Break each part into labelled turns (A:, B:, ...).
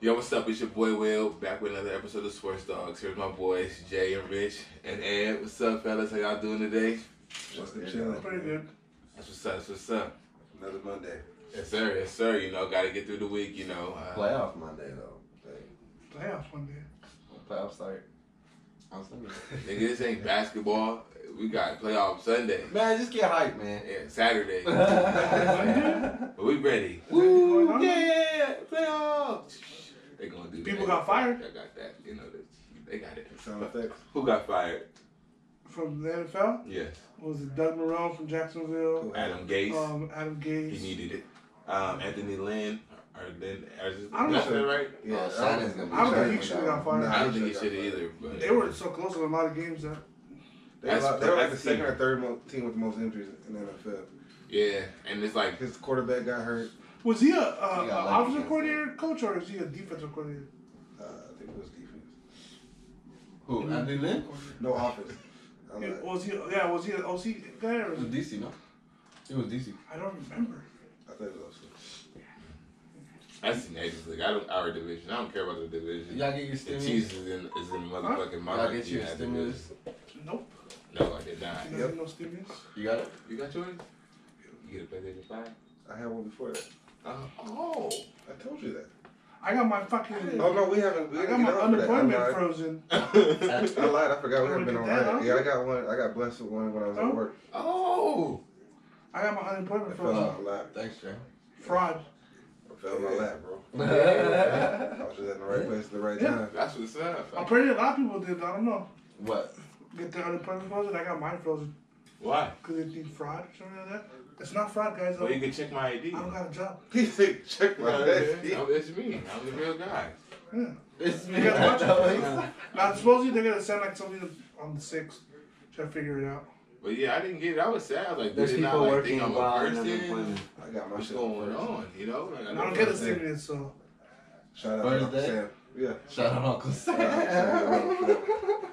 A: Yo, what's up? It's your boy Will, back with another episode of Sports Dogs. Here's my boys, Jay and Rich and Ed. What's up, fellas? How y'all doing today?
B: What's the challenge?
C: Pretty good.
A: That's what's up. That's what's up.
B: Another Monday.
A: Yes, sir. Yes, sir. You know, got to get through the week, you know. Uh,
B: Playoff Monday though. Like,
C: Playoffs one day.
B: when playoff start. I was thinking.
A: nigga, this ain't basketball. We got playoff Sunday,
B: Man, just get hyped, man.
A: yeah, Saturday.
B: Woo!
A: but we ready.
C: Going on?
B: Yeah! Playoff!
A: They gonna do.
C: People
A: that.
C: got fired?
A: I got that. You know, they- they got it. Who got fired?
C: From the NFL,
A: Yes,
C: What was it Doug Marone from Jacksonville?
A: Adam Gase.
C: Um, Adam
A: he
C: Gase.
A: needed it. Um, Anthony Lynn. Or then, or is it-
C: I don't
A: is that
C: know.
A: right?
B: Yeah,
D: Oh,
B: Shannon's
D: Shannon's
B: gonna
D: gonna be
C: I
B: be
C: don't think he should've got fired.
A: I don't think he should either. But
C: they were so close in a lot of games that
B: They were, like- they were like the
A: That's-
B: second or third mo- team with the most injuries in the NFL.
A: Yeah, and it's like
B: His quarterback got hurt.
C: was he a, uh,
D: He got
C: a
D: lucky
C: offensive
D: against
C: coordinator, coach, or is he a defensive coordinator?
B: Uh, I think it was defense.
D: Who? Anthony Lynn?
B: No offense. I'm
C: Yeah,
B: like,
C: Was he? Yeah, was he an OC guy or?
D: It was DC, no? It was DC.
C: I don't remember.
B: I thought it was offense.
A: that's the Nations League. I don't our division. I don't care about the division.
D: Y'all get your
A: The
D: stimulus?
A: Chiefs is in is in motherfucking
D: Y'all
A: monarchy.
D: get your
A: in that
D: stimulus?
C: Nope.
A: division. No, I did not.
C: He doesn't know stimulus.
D: You got it?
A: You got yours? You get a PlayStation Five.
B: I had one before that.
A: Oh, oh.
B: I told you that.
C: I got my fucking.
B: Oh no, we haven't. We
C: I got
B: didn't
C: my
B: get on for that. I
C: unemployment
B: lied.
C: frozen.
B: I lied. I forgot we
C: You
B: haven't been on
C: wanna get that,
B: that.
C: huh?
B: Yeah, I got one. I got blessed with one when I was
C: Huh?
B: at work.
A: oh.
C: I got my unemployment
B: It fell
C: frozen.
B: off a lot.
D: Thanks, Jay.
C: Fraud.
B: It fell in my lap, bro. I was just at the right place at the right
C: Yeah.
B: time.
A: That's what's up.
C: Apparently, a lot of people did. I don't know.
D: what?
C: Get their unemployment frozen. I got mine frozen.
A: Why?
C: Because they think fraud or something like that. It's not fraud, guys.
A: Well, you
C: I
A: can check my ID.
C: don't got a job.
B: He said, check my
A: Yeah,
B: ID.
A: yeah, It's me. I'm the real guy.
C: Yeah.
D: It's me.
C: You guys watch it?
D: Nah.
C: Now, supposedly they're going to send like something on the 6th. Try to figure it out.
A: But yeah, I didn't get it. I was sad. I was like,
D: There's
A: did not
D: people
A: like
D: working
A: think I'm
D: while
A: a
D: in
A: person?
D: unemployment.
B: I got my
A: What's
B: shit.
A: going
B: first.
A: on? You know, Like,
C: And I don't
A: know
C: get a
A: what's up.
C: stimulus, so.
B: Shout out
D: First
B: to Uncle
D: day?
B: Sam. Yeah.
D: Shout out Uncle
B: Shout out to Uncle
D: Sam.
B: Sam.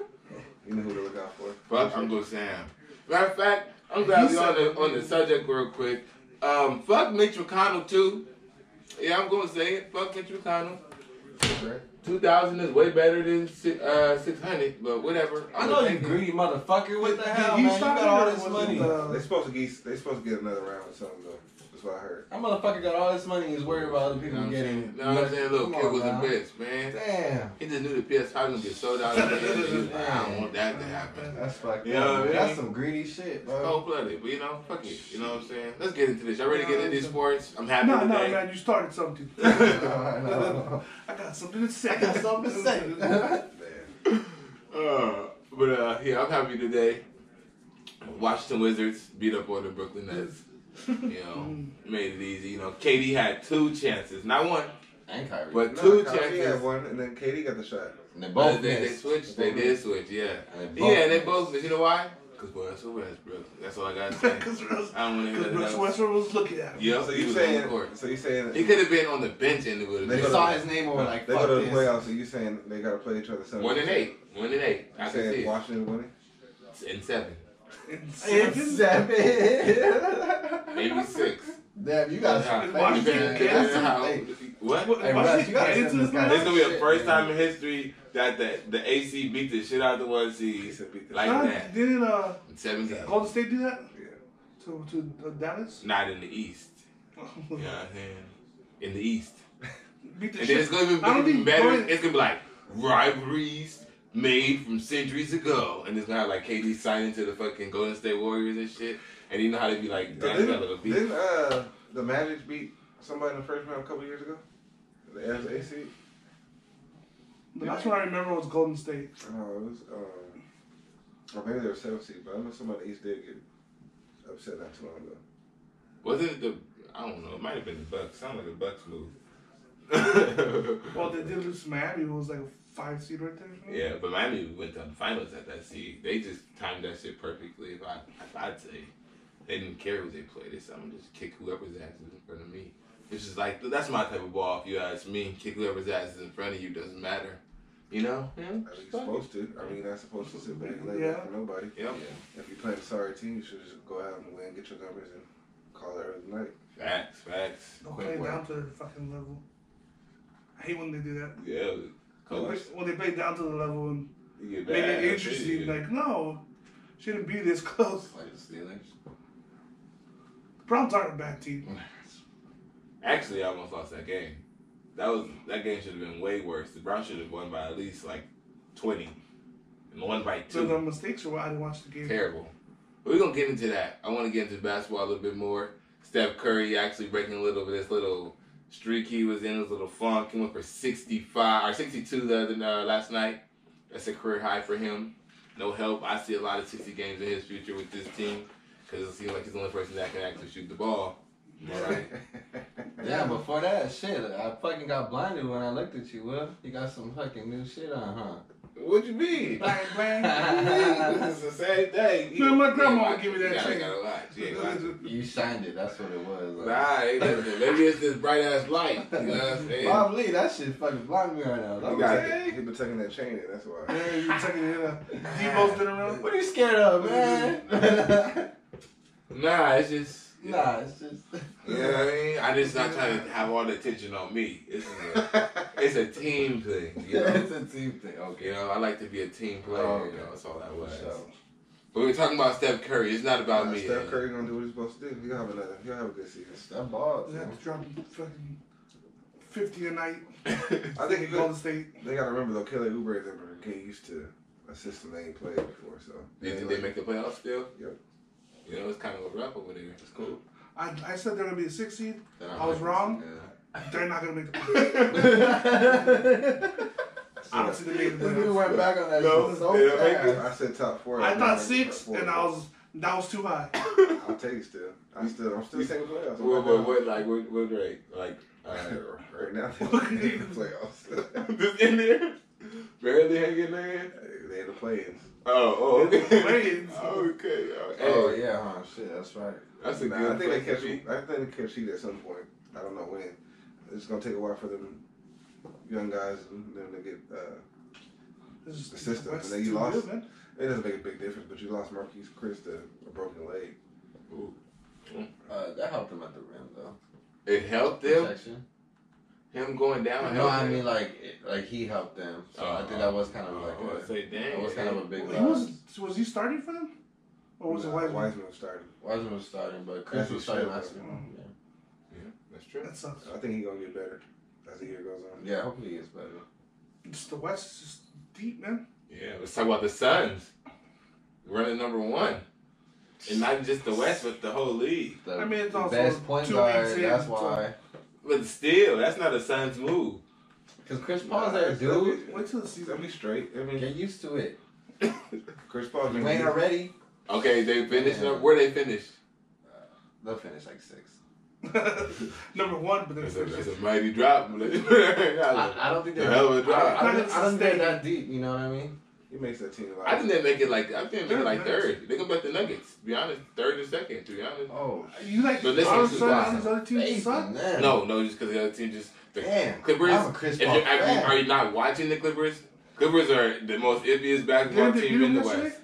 B: You know who to look out for.
A: Fuck Uncle Sam. Matter of fact, I'm glad we on the on the subject real quick. Um, fuck Mitch McConnell too. Yeah, I'm gonna say it. Fuck Mitch McConnell.
B: Right?
A: 2,000 is way better than si- uh, 600, but whatever.
D: I know you
A: Thank
D: greedy motherfucker. What the
C: Did
D: hell,
C: he
D: man? You
C: stop
D: got
C: it
D: all
C: or
D: this
C: was
D: money.
C: it, uh,
B: They supposed to get they supposed to get another round or something though. That's what I heard.
D: That motherfucker got all this money. He's worried about other
A: You know what
D: people
A: I'm
D: getting
A: saying? You know what I'm saying? Little
D: Come
A: kid
D: on,
A: was a
D: man.
A: bitch, man.
D: Damn.
A: He just knew the PS5 was gonna get sold out. of his hand, and he was like, I don't want that to happen.
D: That's fucked
A: You know
D: up.
A: what I
D: man. That's
A: mean?
D: some greedy shit, bro.
A: Cold blooded, but you know, fuck it. You know what I'm saying? Let's get into this. Y'all ready to get into these sports? I'm happy
C: No, no,
A: today.
C: man, you started something.
D: I know.
C: I got something to say.
D: I got something to say.
B: Man.
A: Uh, but uh, yeah, I'm happy today. Washington Wizards beat up on the Brooklyn Nets. You know, made it easy. You know, KD had two chances, not one,
D: And Kyrie.
A: but
B: Two
A: two
B: Kyrie had
A: chances.
B: one and then Katie got the shot.
D: and they
A: But
D: both
A: they, they
D: missed.
A: switched. They did switch. Yeah,
D: And they both
A: yeah, they
D: missed.
A: both. missed. You know why? Cause boy, that's Westbrook. That's all I gotta say.
C: Because Russ
A: I don't want to hear nothing
C: Russ
A: else.
C: Westbrook was looking at him.
A: Yep,
B: So
A: Oh, he
B: you
A: was on the
B: saying
A: court.
B: so you saying
A: He could have been on the bench and it would have
B: They
D: They
A: been
B: gotta-
D: saw his name and were like,
B: they
D: fuck
B: go to the
D: this.
B: playoffs, so you saying they gotta play each other seven.
A: one and eight, one and eight.
B: You
A: I can see
B: saying
A: it.
B: Washington winning?
A: And seven,
C: In
D: It's
C: seconds.
D: seven.
A: maybe six.
D: Damn, you
A: Yeah.
D: got some
C: Washington
D: faith,
C: Kansas.
D: man. That's some
A: How-
D: faith.
A: What?
C: What-
D: Hey,
C: why
D: Russ,
C: did
D: you
C: he
D: gotta
C: get
D: send
C: into
D: this
C: this
D: guy
A: This is
C: now?
A: gonna be the
D: Shit,
A: first
D: man.
A: time in history that the, the AC beat the shit out of the one seed
B: beat the
A: like
C: Nah,
A: that.
C: Didn't uh,
A: In seven games.
C: Golden State do that
B: Yeah.
C: to, to uh, Dallas?
A: Not in the East. You know what I'm saying? In the East.
C: Beat the
A: And then it's
C: shit.
A: gonna
C: I don't
A: be even
C: think
A: better.
C: Golden-
A: It's gonna be like rivalries made from centuries ago. And it's gonna have like KD signing to the fucking Golden State Warriors and shit. And you know how they be like,
B: But
A: that's a little
B: didn't,
A: beat.
B: didn't uh the Magic beat somebody in the first round a couple years ago? The AC?
C: The last one I remember was Golden State.
B: No, it was um or maybe they were seven seed, but I know somebody East did get upset not too long ago.
A: Wasn't it the, I don't know, it might have been the Bucks. Sound like the Bucks move.
C: Well, they did lose to Miami. It was like a five seed right there.
A: Yeah, but Miami went to the finals at that seed. They just timed that shit perfectly. If I, if I'd say they didn't care who they played. They said, "I'm gonna just kick whoever's ass is in front of me." Which is like that's my type of ball. If you ask me, kick whoever's ass is in front of you doesn't matter. You know? Yeah.
B: I mean, you're supposed to. I mean, you're not supposed to sit back and lay
C: Yeah.
B: back for nobody.
A: Yep.
B: If you play a sorry team, you should just go out and win, get your numbers, and call it early night.
A: Facts, facts.
C: Don't
D: Quick
C: play
D: work.
C: down to their fucking level. I hate when they do that.
A: Yeah.
C: When
A: Coach,
C: they- When they play down to the level and
A: you get
C: make
A: bad.
C: it interesting, like no, shouldn't be this close.
D: It's like the Steelers.
C: Browns aren't a bad team.
A: Actually, I almost lost that game. That was that game should have been way worse. The Browns should have won by at least like twenty, and won by
C: So the
A: two.
C: mistakes were why I didn't watch the game.
A: Terrible. But we're gonna get into that. I want to get into basketball a little bit more. Steph Curry actually breaking a little bit of this little streak he was in, his little funk. He went for sixty-five or sixty-two the other uh, last night. That's a career high for him. No help. I see a lot of sixty games in his future with this team because it seems like he's the only person that can actually shoot the ball. All right.
D: Yeah, before that, shit, I fucking got blinded when I looked at you, Will. You got some fucking new shit on, huh?
A: What you mean?
C: Bang, bang.
A: it's the same thing.
C: Man, my grandma would give me that
A: Yeah, I
C: shit.
A: gotta watch. Yeah, watch.
D: You shined it. That's what it was. like.
A: Nah, hey, listen, maybe it's this bright ass light. You know what I'm saying?
D: Bob Lee, that shit fucking blinded me right now.
B: He
D: That
A: got
D: was-
B: been, he been tucking that chain in, that's why.
C: Yeah, you taking it up. Debo's uh, been around.
D: What are you scared of, man?
A: Nah, it's just.
D: nah, it's just.
A: You know what I mean? I just not trying to have all the attention on me. It's a, it's a team thing. You know?
D: it's a team thing. Okay.
A: you know, I like to be a team player.
D: Oh,
A: You
D: okay.
A: know, that's all that
B: For
A: was.
B: sure.
A: But we're talking about Steph Curry. It's not about
B: Nah,
A: me.
B: Steph Curry gonna do what he's supposed to do. He'll have another. He'll have a good season.
D: That ball.
C: They have to drop fucking 50 a night.
B: I think he
C: Golden
B: goes.
C: State.
B: They gotta remember though, Kelly Oubre is never getting used to a system they ain't played before. So
A: They, they make the playoffs still?
B: Yep.
A: You know, it's kind of a wrap over there. It's cool.
C: I, I said they're going to be a six seed.
D: That
C: I was wrong. They're not going to make the playoffs. I don't see them making the
D: we
C: playoffs.
D: went back on that
A: No,
D: shit so
A: they don't make
D: fast.
B: I said top four.
C: I
B: I'm
C: thought
B: not-
C: six,
B: four.
C: and I was that was too high.
B: I'll take it still. I still. I'm still taking playoffs.
A: What, what, what, like, what, what rate? Like, uh,
B: Right now, they in the playoffs.
A: Just in there, barely hanging there.
B: they in the play-ins.
A: Oh, oh, okay.
C: Wait.
A: okay. Oh,
D: Oh
A: hey,
D: yeah, huh? Shit, that's right.
A: that's a
B: Nah,
A: good.
B: I think they
A: place
B: catch.
A: to be.
B: I think they catch heat at some point. I don't know when. It's gonna take a while for them young guys and them to get. Uh,
C: This is-
B: The system,
C: West
B: and then you
C: too
B: lost.
C: good, man.
B: it doesn't make a big difference, but you lost Marquise Chris to a broken leg.
D: Uh, that helped him at the rim though.
A: It helped them.
D: Protection.
A: Him going down.
D: No,
A: helped
D: I Oh,
A: them.
D: mean like, it, like he helped them. So I
A: Uh-huh.
D: think that was kind of
A: I
D: like,
A: was oh,
D: a,
A: say, dang.
D: that was kind of a big.
C: He was was he starting for them, or was it
B: Nah,
C: Wiseman?
B: Wiseman started.
D: Wiseman was starting, but Chris
B: As
D: was
B: he
D: starting
B: should,
D: last
B: though.
D: year.
A: yeah, that's true.
C: That sucks.
B: I think he's gonna get better as the year goes on.
D: Yeah. yeah, hopefully he gets better.
C: Just the West is just deep, man.
A: Yeah, let's talk about the Suns running number one, and not just the West, but the whole league.
D: The
C: I mean, it's also
D: best point
C: two
D: guard.
C: weeks in,
D: That's
C: so-
D: why.
A: But still, that's not a Suns move.
D: Because Chris Paul's there, dude.
C: Wait till the
B: They'll
C: season.
B: be straight. I mean,
D: Get used to it.
B: Chris Paul's
D: You
B: been.
D: ain't already.
A: Okay, they finished up. Where they finished?
D: They'll finish like six.
C: Number one, but then
A: That's
C: it's
A: a, that's a mighty drop. I,
D: I, I don't think
A: The
D: they're.
A: hell of a
D: I don't,
A: drive.
D: I don't, I don't think they're that deep. You know what I mean?
B: He makes that team alive.
A: I think they make it like I think they make it like
C: Third,
A: third. They gonna bet the Nuggets. To be honest, third or second. To be honest,
D: Oh,
C: You like
A: But listen,
C: all of
A: this
C: a
A: is
C: sudden
A: why.
C: all these other teams suck.
A: no, no, just because the other team just the
D: Damn,
A: Clippers.
D: I'm a Chris
A: if
D: Paul
A: you're actually,
D: fan.
A: are you not watching the Clippers? Clippers are the most envious basketball
C: Did they beat
A: team in
C: them
A: the
C: yesterday?
A: West.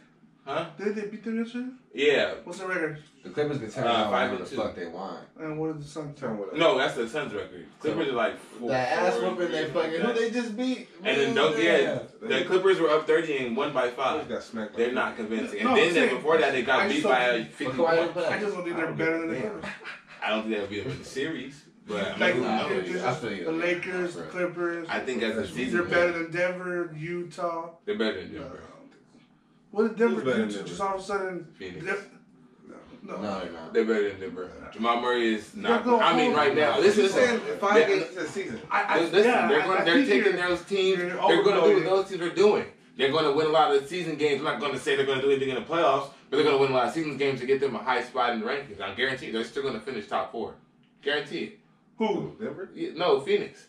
A: Huh?
C: Did they beat them yesterday?
A: Yeah.
C: What's the record?
D: The Clippers can turn
A: Uh, five
D: out whatever
A: and
D: the
A: two.
D: fuck they want.
C: And what are the Suns?
B: Turn what up.
A: No, that's the Suns record. Clippers are like four,
D: The ass whooping they
A: four,
D: fucking who they just beat.
A: and then don't yeah, the Clippers were up thirty and one by
B: He
A: five.
B: got smacked. by
A: They're not
B: him.
A: convincing.
C: No,
A: And then
C: I'm
A: they-
C: saying-
A: before that they
C: I
A: got beat
C: saw-
A: by a
D: But
A: fifty.
D: Kawhi
A: point.
D: didn't play.
C: I just don't think they're better than the
B: Damn.
C: Clippers.
A: I don't think they'll be able to series, but I mean,
C: Like,
A: who
D: Nah,
A: knows?
C: they're just-
D: I feel you.
C: the Lakers,
D: Nah,
C: the
D: bro.
C: Clippers.
A: I think as the season
C: They're better than Denver, Utah.
A: They're better than
C: Uh,
A: Denver.
C: what did Denver
B: Who's better
C: do?
B: than
C: to
B: Denver?
C: Just all of a sudden,
A: Phoenix.
C: Denver- no,
D: No, they're not.
A: They're better than Denver. Jamal Murray is not.
C: going
A: I mean,
C: home.
A: right now,
B: This
A: listen,
B: is saying
A: listen.
B: five
A: They're-
B: games into the season.
C: I, I,
A: Listen,
C: yeah,
A: they're
C: I-
A: going,
C: I
A: they're
C: think
A: taking
C: you're-
A: those teams.
C: you're
A: They're going to do what
C: overvaluing.
A: those teams are doing. They're going to win a lot of the season games. I'm not going to say they're going to do anything in the playoffs, but they're going to win a lot of season games to get them a high spot in the rankings. I guarantee you, they're still going to finish top four. Guarantee
C: Who?
B: Denver.
A: it. Yeah, No, Phoenix.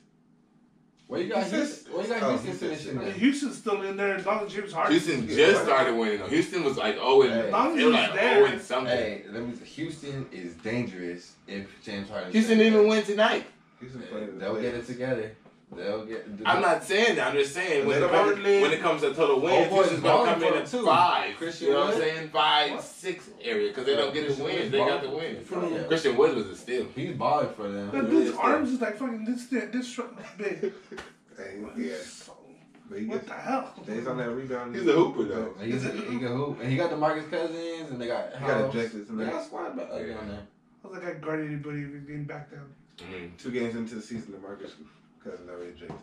D: Where you got
B: He says-
D: Houston? Where you got
B: Oh,
D: Houston
B: he says
D: finishing?
B: shit.
D: at?
C: Houston's still in there as long as James Harden.
A: Houston just started winning. though. Houston was like 0 and
D: Hey.
A: they were like
C: As long as he's
A: 0 and
C: there.
A: something.
D: Hey, let me. Houston is dangerous if James Harden.
A: Houston didn't even win tonight.
B: He's been playing.
D: They'll get it together. They'll get. the-
A: I'm not saying that. I'm just saying when
B: They
A: it,
B: don't
A: comes,
B: really-
A: when it comes to total wins,
D: Oh, boy,
A: Houston's gonna come in
D: Baltimore
A: at
D: too.
A: five.
D: Christian
A: you know what I'm
D: Wood?
A: saying? Five,
D: What?
A: six area because they don't get the
D: Christian
A: wins.
D: Wood
A: They got the
D: balling.
A: wins.
D: Yeah.
A: Christian Woods was a steal.
D: He's balling for them.
C: That
A: Yeah,
C: dude's
A: yeah.
C: arms is like fucking this thin, this short, big.
B: And, yeah, but he
C: What
B: gets
C: the hell?
B: stays on that rebound.
A: He's a hooper, though.
D: He's a, he can hoop. And he got the Marcus Cousins, and they got
B: He got
D: Hobbs.
B: ejected
D: They
B: tonight.
D: got squad back
A: Yeah.
D: on there.
C: I was like, I guarded anybody if he's getting back down.
A: Mm,
B: Two games into the season, DeMarcus Cousins already ejected.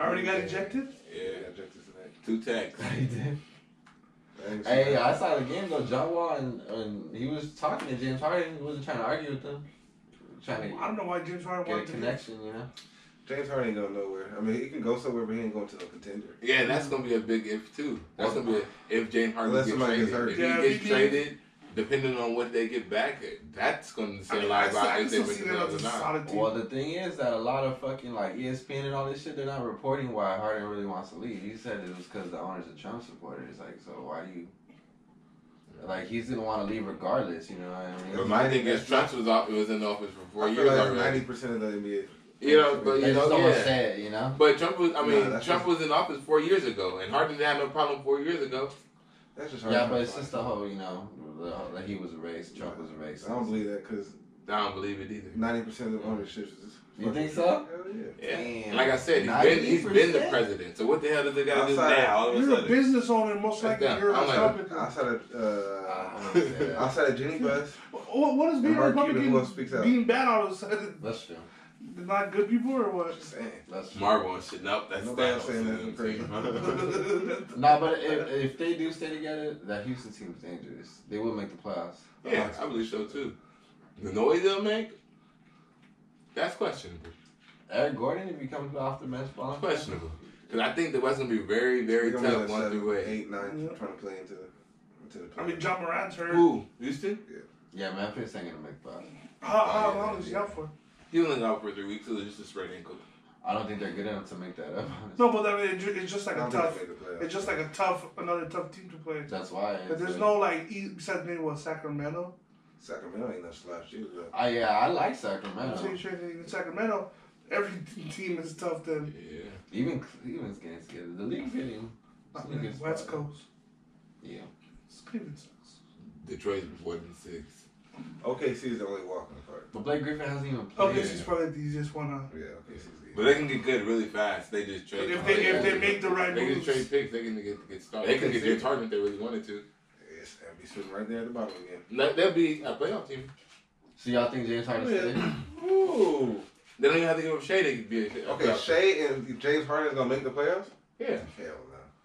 C: Already got ejected?
B: Yeah,
A: yeah,
B: ejected tonight.
A: two tacks.
D: He did.
B: I ain't seen
D: Hey,
B: that.
D: I saw the game though. John Wall and, and he was talking to James Harden. He wasn't trying to argue with him.
C: I
D: Trying
C: don't know why James
D: to
C: Harden
D: get a
C: wanted to. do-
D: connection, you know.
B: James Harden ain't going nowhere. I mean, he can go somewhere, but he ain't going to no contender.
A: Yeah, that's gonna be a big if too. That's gonna be a, if James Harden
B: Unless
A: gets
B: somebody
A: traded.
B: gets hurt.
A: If
C: Yeah,
A: he
C: if
A: gets
C: he did-
A: traded, depending on what they get back, at, that's gonna
C: I
A: say a
C: mean,
A: lot
C: I still-
A: about
C: I can
A: if they
C: still
A: make
C: see
A: the
C: that as a
A: playoffs or not.
C: solid
D: Well,
C: team.
D: the thing is that a lot of fucking like E ESPN and all this shit, they're not reporting why Harden really wants to leave. He said it was because the owners are Trump supporters. Like, so why do you? Like, he's gonna want to leave regardless. You know what I mean?
A: But my thing is, Trump was off. It was in the office for four
B: I feel
A: years
B: like
A: already.
B: ninety percent of the NBA.
A: You know, but
D: They
A: you
D: just
A: know,
D: don't wanna
A: yeah.
D: say it. You know.
A: But Trump was. I mean,
B: No, that's
A: Trump was in office four years ago, and Harden didn't have no problem four years ago.
B: That's just hard.
D: Yeah,
B: to
D: but it's
B: find.
D: just the whole, you know, the whole, that he was erased. Trump was erased.
B: I don't believe that because
A: I don't believe it either.
B: ninety percent of ownership is.
D: You think so?
B: Hell yeah.
A: Yeah.
D: Damn.
A: And like I said, he's been he's been the
D: 90%?
A: president. So what the hell does it got to do
B: Outside-
A: now? All of a
C: You're a
A: sudden,
C: business owner, most
A: That's
C: likely.
A: down.
C: You're a
A: I'm like-
C: Republican.
B: Outside of uh,
D: I don't know.
B: outside of Jenny Bus,
C: What, what is being
B: Mark Cuban,
C: Republican
B: who else speaks out?
C: being bad all of a sudden?
D: That's true.
C: They're not good people or what?
B: just saying.
D: That's true.
A: Marvel and shit. Nope, that's
B: Nobody
A: Thanos.
B: saying nothing crazy.
D: No, but if, if they do stay together, that Houston team is dangerous. They will make the playoffs.
A: Yeah, I believe so too. The noise they'll make, that's questionable.
D: Eric Gordon, if he comes off the bench, ball,
A: That's questionable. Because I think the West gonna be very, very
B: They're gonna be
A: tough
B: like
A: one
B: seven,
A: through eight.
B: eight, nine,
C: Yeah.
B: trying to play into the into the.
C: I mean,
B: playoffs.
C: John Moran's hurt.
A: Who? Houston?
D: yeah, Memphis ain't gonna make the playoffs.
C: How,
A: Oh,
C: how
A: yeah,
C: long is he out for?
A: He only out for three weeks, so it's just a sprained ankle.
D: I don't think they're good enough to make that up. honestly.
C: No, but I mean, it ju- it's just
B: I
C: like a
B: don't think
C: tough.
B: they made the playoffs.
C: It's just like a tough, another tough team to play.
D: That's why.
C: But there's no like e- besides maybe what Sacramento.
B: Sacramento ain't no slouch either. though.
D: I yeah, I like
C: I'm saying
D: Sacramento.
C: sure that in Sacramento, every team is tough. Then
A: Yeah.
D: Even Cleveland's getting together. The league's getting.
C: I
D: the
C: mean,
D: league's-
C: uh, West Coast,
D: Yeah.
C: It's Cleveland sucks.
A: Detroit's one and six.
B: OKC is the only walking part.
D: But Blake Griffin hasn't even
C: Oh,
D: played.
C: this is probably the easiest one. Uh,
B: Yeah, OKC's
A: But they can get good really fast. They just trade.
C: if they if they make the right
A: They can
C: moves,
A: trade picks. They can get get started. They can get James Harden if they really wanted to.
B: Yes, and be sitting right there at the bottom again.
A: That- That'd be a playoff team.
D: So y'all think James Harden stays?
B: Ooh.
A: They don't even have to give up Shea. They could be a, a
B: Okay,
A: playoff team.
B: Shea and James Harden is gonna make the playoffs?
A: Yeah,
B: Hell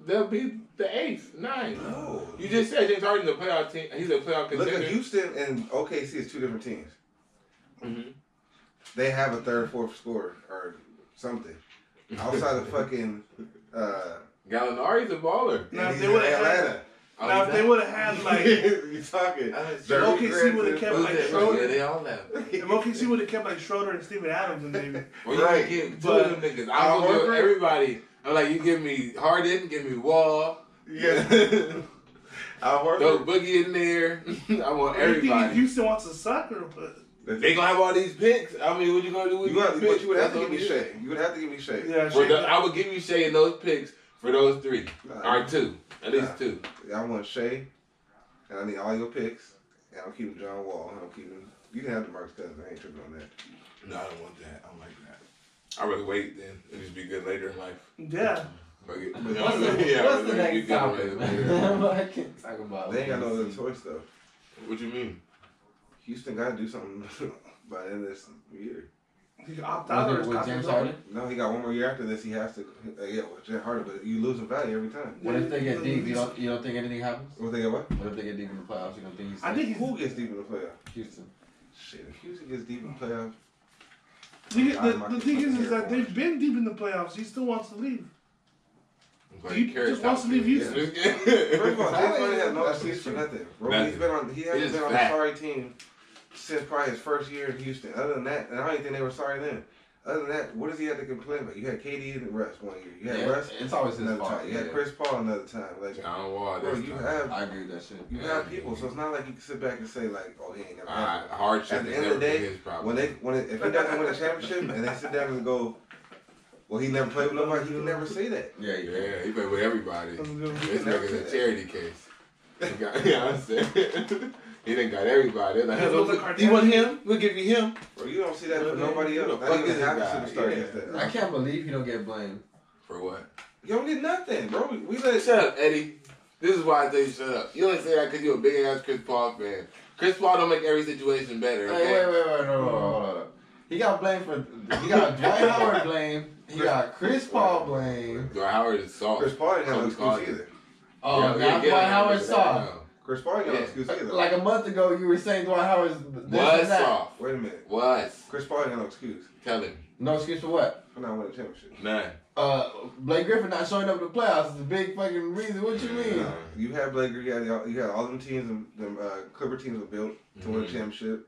A: they'll be the eighth, ninth.
B: no. No.
A: You just said James Harden's a playoff team. He's a playoff
B: Look
A: contender.
B: at Houston and OKC is two different teams.
A: Mhm.
B: They have a third, fourth scorer or something outside of fucking. Uh,
A: Gallinari's a baller.
C: Now, if
B: he's
C: they
B: in
C: would've had-
B: Atlanta.
A: Oh,
C: now if they would have had like.
B: you talking?
A: Uh, so
B: Dirk
C: OKC
B: Grayson.
C: would've kept,
A: Who's
C: like,
A: that?
C: Schroeder.
A: Yeah, they all left.
C: If OKC would have kept like Schroeder and Steven Adams in there.
A: Well, you
B: Right.
A: can give two
C: But-
A: of them niggas.
B: Al
A: I'm gonna give
B: Horford?
A: everybody. I'm like, you give me Harden, give me Wall,
B: Yeah. Al
A: throw
B: Horford.
A: Boogie in there. I want
C: You think
A: everybody.
C: Houston wants to suck or what?
A: They gonna have all these picks. I mean, what you gonna do with
B: You would,
A: these
B: but
A: picks?
B: you would have to
A: That's
B: give me
A: what we
B: Shea. You would have to give me Shea.
C: Yeah,
A: do. For
C: Shea-
A: the, I would give you Shea and those picks for those three
B: Nah.
A: or two, at least
B: Nah.
A: two.
B: I want Shea, and I need all your picks, and I'm keeping John Wall, and I'm keeping. You can have DeMarcus Cousins. I ain't tripping on that.
A: No, I don't want that. I don't like that. I rather wait then and just be good later in life.
C: yeah.
A: Fuck it.
D: What's the,
A: Yeah, I
D: what's the
A: rather be good later
D: next topic?
A: in
D: man?
A: life.
D: I can't talk about.
B: They ain't got no other
D: OKC.
B: choice though.
A: What you mean?
B: Houston got to do something by the end of this year.
C: He opt out or
D: With,
C: his
D: with
C: contract's
D: James
C: up.
D: Harden.
B: No, he got one more year after this. He has to. Uh, yeah, with Jay Harden, but you losing value every time.
D: What if they get
C: Yeah,
D: deep? You don't, you don't think anything happens?
B: What they got? What?
D: What if they get deep in the playoffs? You don't think he's
C: I think he's
B: Who gets deep in the playoff?
D: Houston?
B: Shit, if Houston gets deep in the playoff,
C: The, the, the thing is, is that they've been deep in the playoffs. He still wants to leave. He just wants to leave Houston.
B: first of
A: Houston.
B: all, James Harden has no excuse for nothing. Bro, he's
A: Nothing.
B: been on. He hasn't
A: It's
B: been on a
A: fact.
B: sorry team since probably his first year in Houston. Other than that, and I don't even think they were sorry then. Other than that, what does he have to complain about? You had KD and Russ one year. You had
D: Yeah,
B: Russ
D: it's always his
B: another
D: fault.
B: time. You
D: Yeah,
B: had Chris Paul another time. Like,
A: John Wall.
B: bro,
A: That's
B: you
A: not-
B: have
D: I agree with that shit.
B: you have people, so it's not like you can sit back and say like, oh, he ain't never.
A: Ah,
B: had
A: hardship
B: At the
A: is
B: end of
A: never
B: the
A: been
B: day,
A: his
B: it.
A: problem.
B: When they when it, if he doesn't win a championship and they sit down and go, Well, he never played with nobody. He can never say that.
D: Yeah,
A: Yeah,
D: yeah. yeah.
A: he played with everybody. This nigga's a charity case. He got, yeah, I'm saying. he done got everybody. They're
C: Yeah, those
A: Like,
C: are
A: you want him? We'll give you him.
B: Bro, you don't see that for
A: Well,
B: nobody
A: who
B: else.
A: the
B: Not
A: fuck
B: even
A: is this
B: half
A: guy?
B: the superstar
A: Yeah.
B: gets that.
D: I can't believe he don't get blamed.
A: For what?
B: You don't get nothing, bro. We, we let
A: Shut up, Eddie. This is why I tell you shut up. You only say that because you're a big ass Chris Paul fan. Chris Paul don't make every situation better.
D: Wait,
A: Okay?
D: wait, wait, wait, no, no, hold on, hold on. He got blamed for. He got Dwight Howard blamed. He got Chris Paul blamed.
A: Dwight Howard is soft.
B: Oh, Chris Paul didn't have an
A: Kobe Paul
B: excuse
A: did.
B: either.
D: Oh,
A: Yeah,
D: yeah,
A: we
D: now
A: didn't get
D: Dwight
A: him
D: Howard
A: that,
D: soft.
A: no.
B: Chris Paul didn't have an
A: Yeah.
B: excuse either.
D: Like a month ago, you were saying Dwight Howard's this
A: Was
D: and that.
A: soft.
B: Wait a minute.
A: Was.
B: Chris Paul didn't have no excuse
A: Tell him.
D: No excuse for what?
B: for not winning a championship.
A: None.
D: Uh, Blake Griffin not showing up to the playoffs is the big fucking reason. What you mean?
A: Yeah.
B: You had Blake, you had, all- you had all them teams, them, them uh, Clipper teams were built to win a
A: Mhm.
B: championship.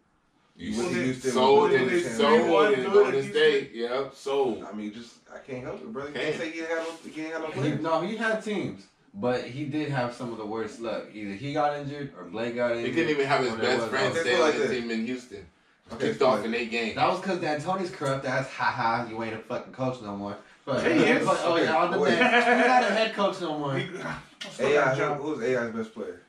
A: You
B: Well, they-
A: s- sold
B: they-
A: in
B: they-
A: sold
C: they
A: in
C: won
A: Golden
C: good at
A: State. Yep, sold.
B: I mean, just, I can't help it, brother. You can't
A: Can't.
B: say he didn't have no, he didn't have no
D: He,
B: players.
D: no, he had teams, but he did have some of the worst luck. Either he got injured or Blake got injured.
A: He couldn't even have his
D: or there
A: best
D: was
A: friend
D: no-
B: Let's
A: stay
B: go
A: on
B: like
A: his
B: this.
A: team in Houston.
B: Okay,
A: Kicked
B: so
A: off
B: like-
A: in eight games.
D: That was because D'Antoni's corrupt ass. Ha ha, you ain't a fucking coach no more. But
C: Hey, yes.
D: it's like, oh yeah, all the
B: Wait.
D: best. You're not a head coach no more.
C: He- I still got
B: AI,
C: a
B: who,
C: job.
B: who's AI's best player?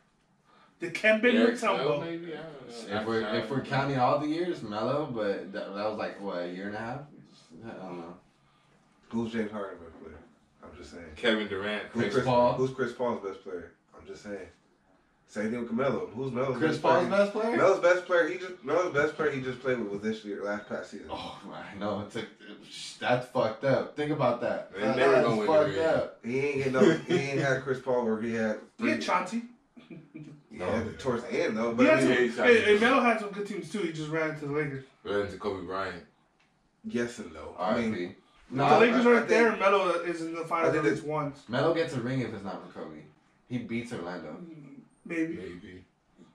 C: The Kemba
A: Eric Snow,
C: Mutombo.
A: maybe? I don't know.
D: If we're if we're counting all the years, Mello, but that, that was like what a year and a half. I don't know.
B: Who's James Harden's best player? I'm just saying.
A: Kevin Durant,
B: Who's
A: Chris
D: Chris Paul.
B: Who's Chris Paul's best player? I'm just saying. Same thing with Camelo. Who's Melo's
D: Chris
B: best
D: Paul's
B: player?
D: best player.
B: Melo's best player. He just Melo's best player. He just played with was this year, last past season.
D: Oh, I know. It's a, that's fucked up. Think about that.
A: They
D: That-
A: never
D: that's
A: gonna win the
D: fucked
A: ring.
D: up.
B: He ain't get no. he ain't had Chris Paul where he had.
C: He
B: Three,
C: had Chauncey.
B: yeah, but towards the end though.
C: He
B: But
C: had
B: I
C: some,
B: mean,
A: Yeah,
C: and, and Melo had some good teams too. He just ran to the Lakers.
A: Related to Kobe Bryant.
B: yes and no. I mean,
D: R.I.P. No,
C: the
B: I-
C: Lakers
B: I
C: aren't
B: think-
C: there. and Melo is in the
B: I
C: finals
B: think
C: at least once,
D: Melo gets a ring if it's not for Kobe. He beats Orlando.
C: maybe.
A: Maybe.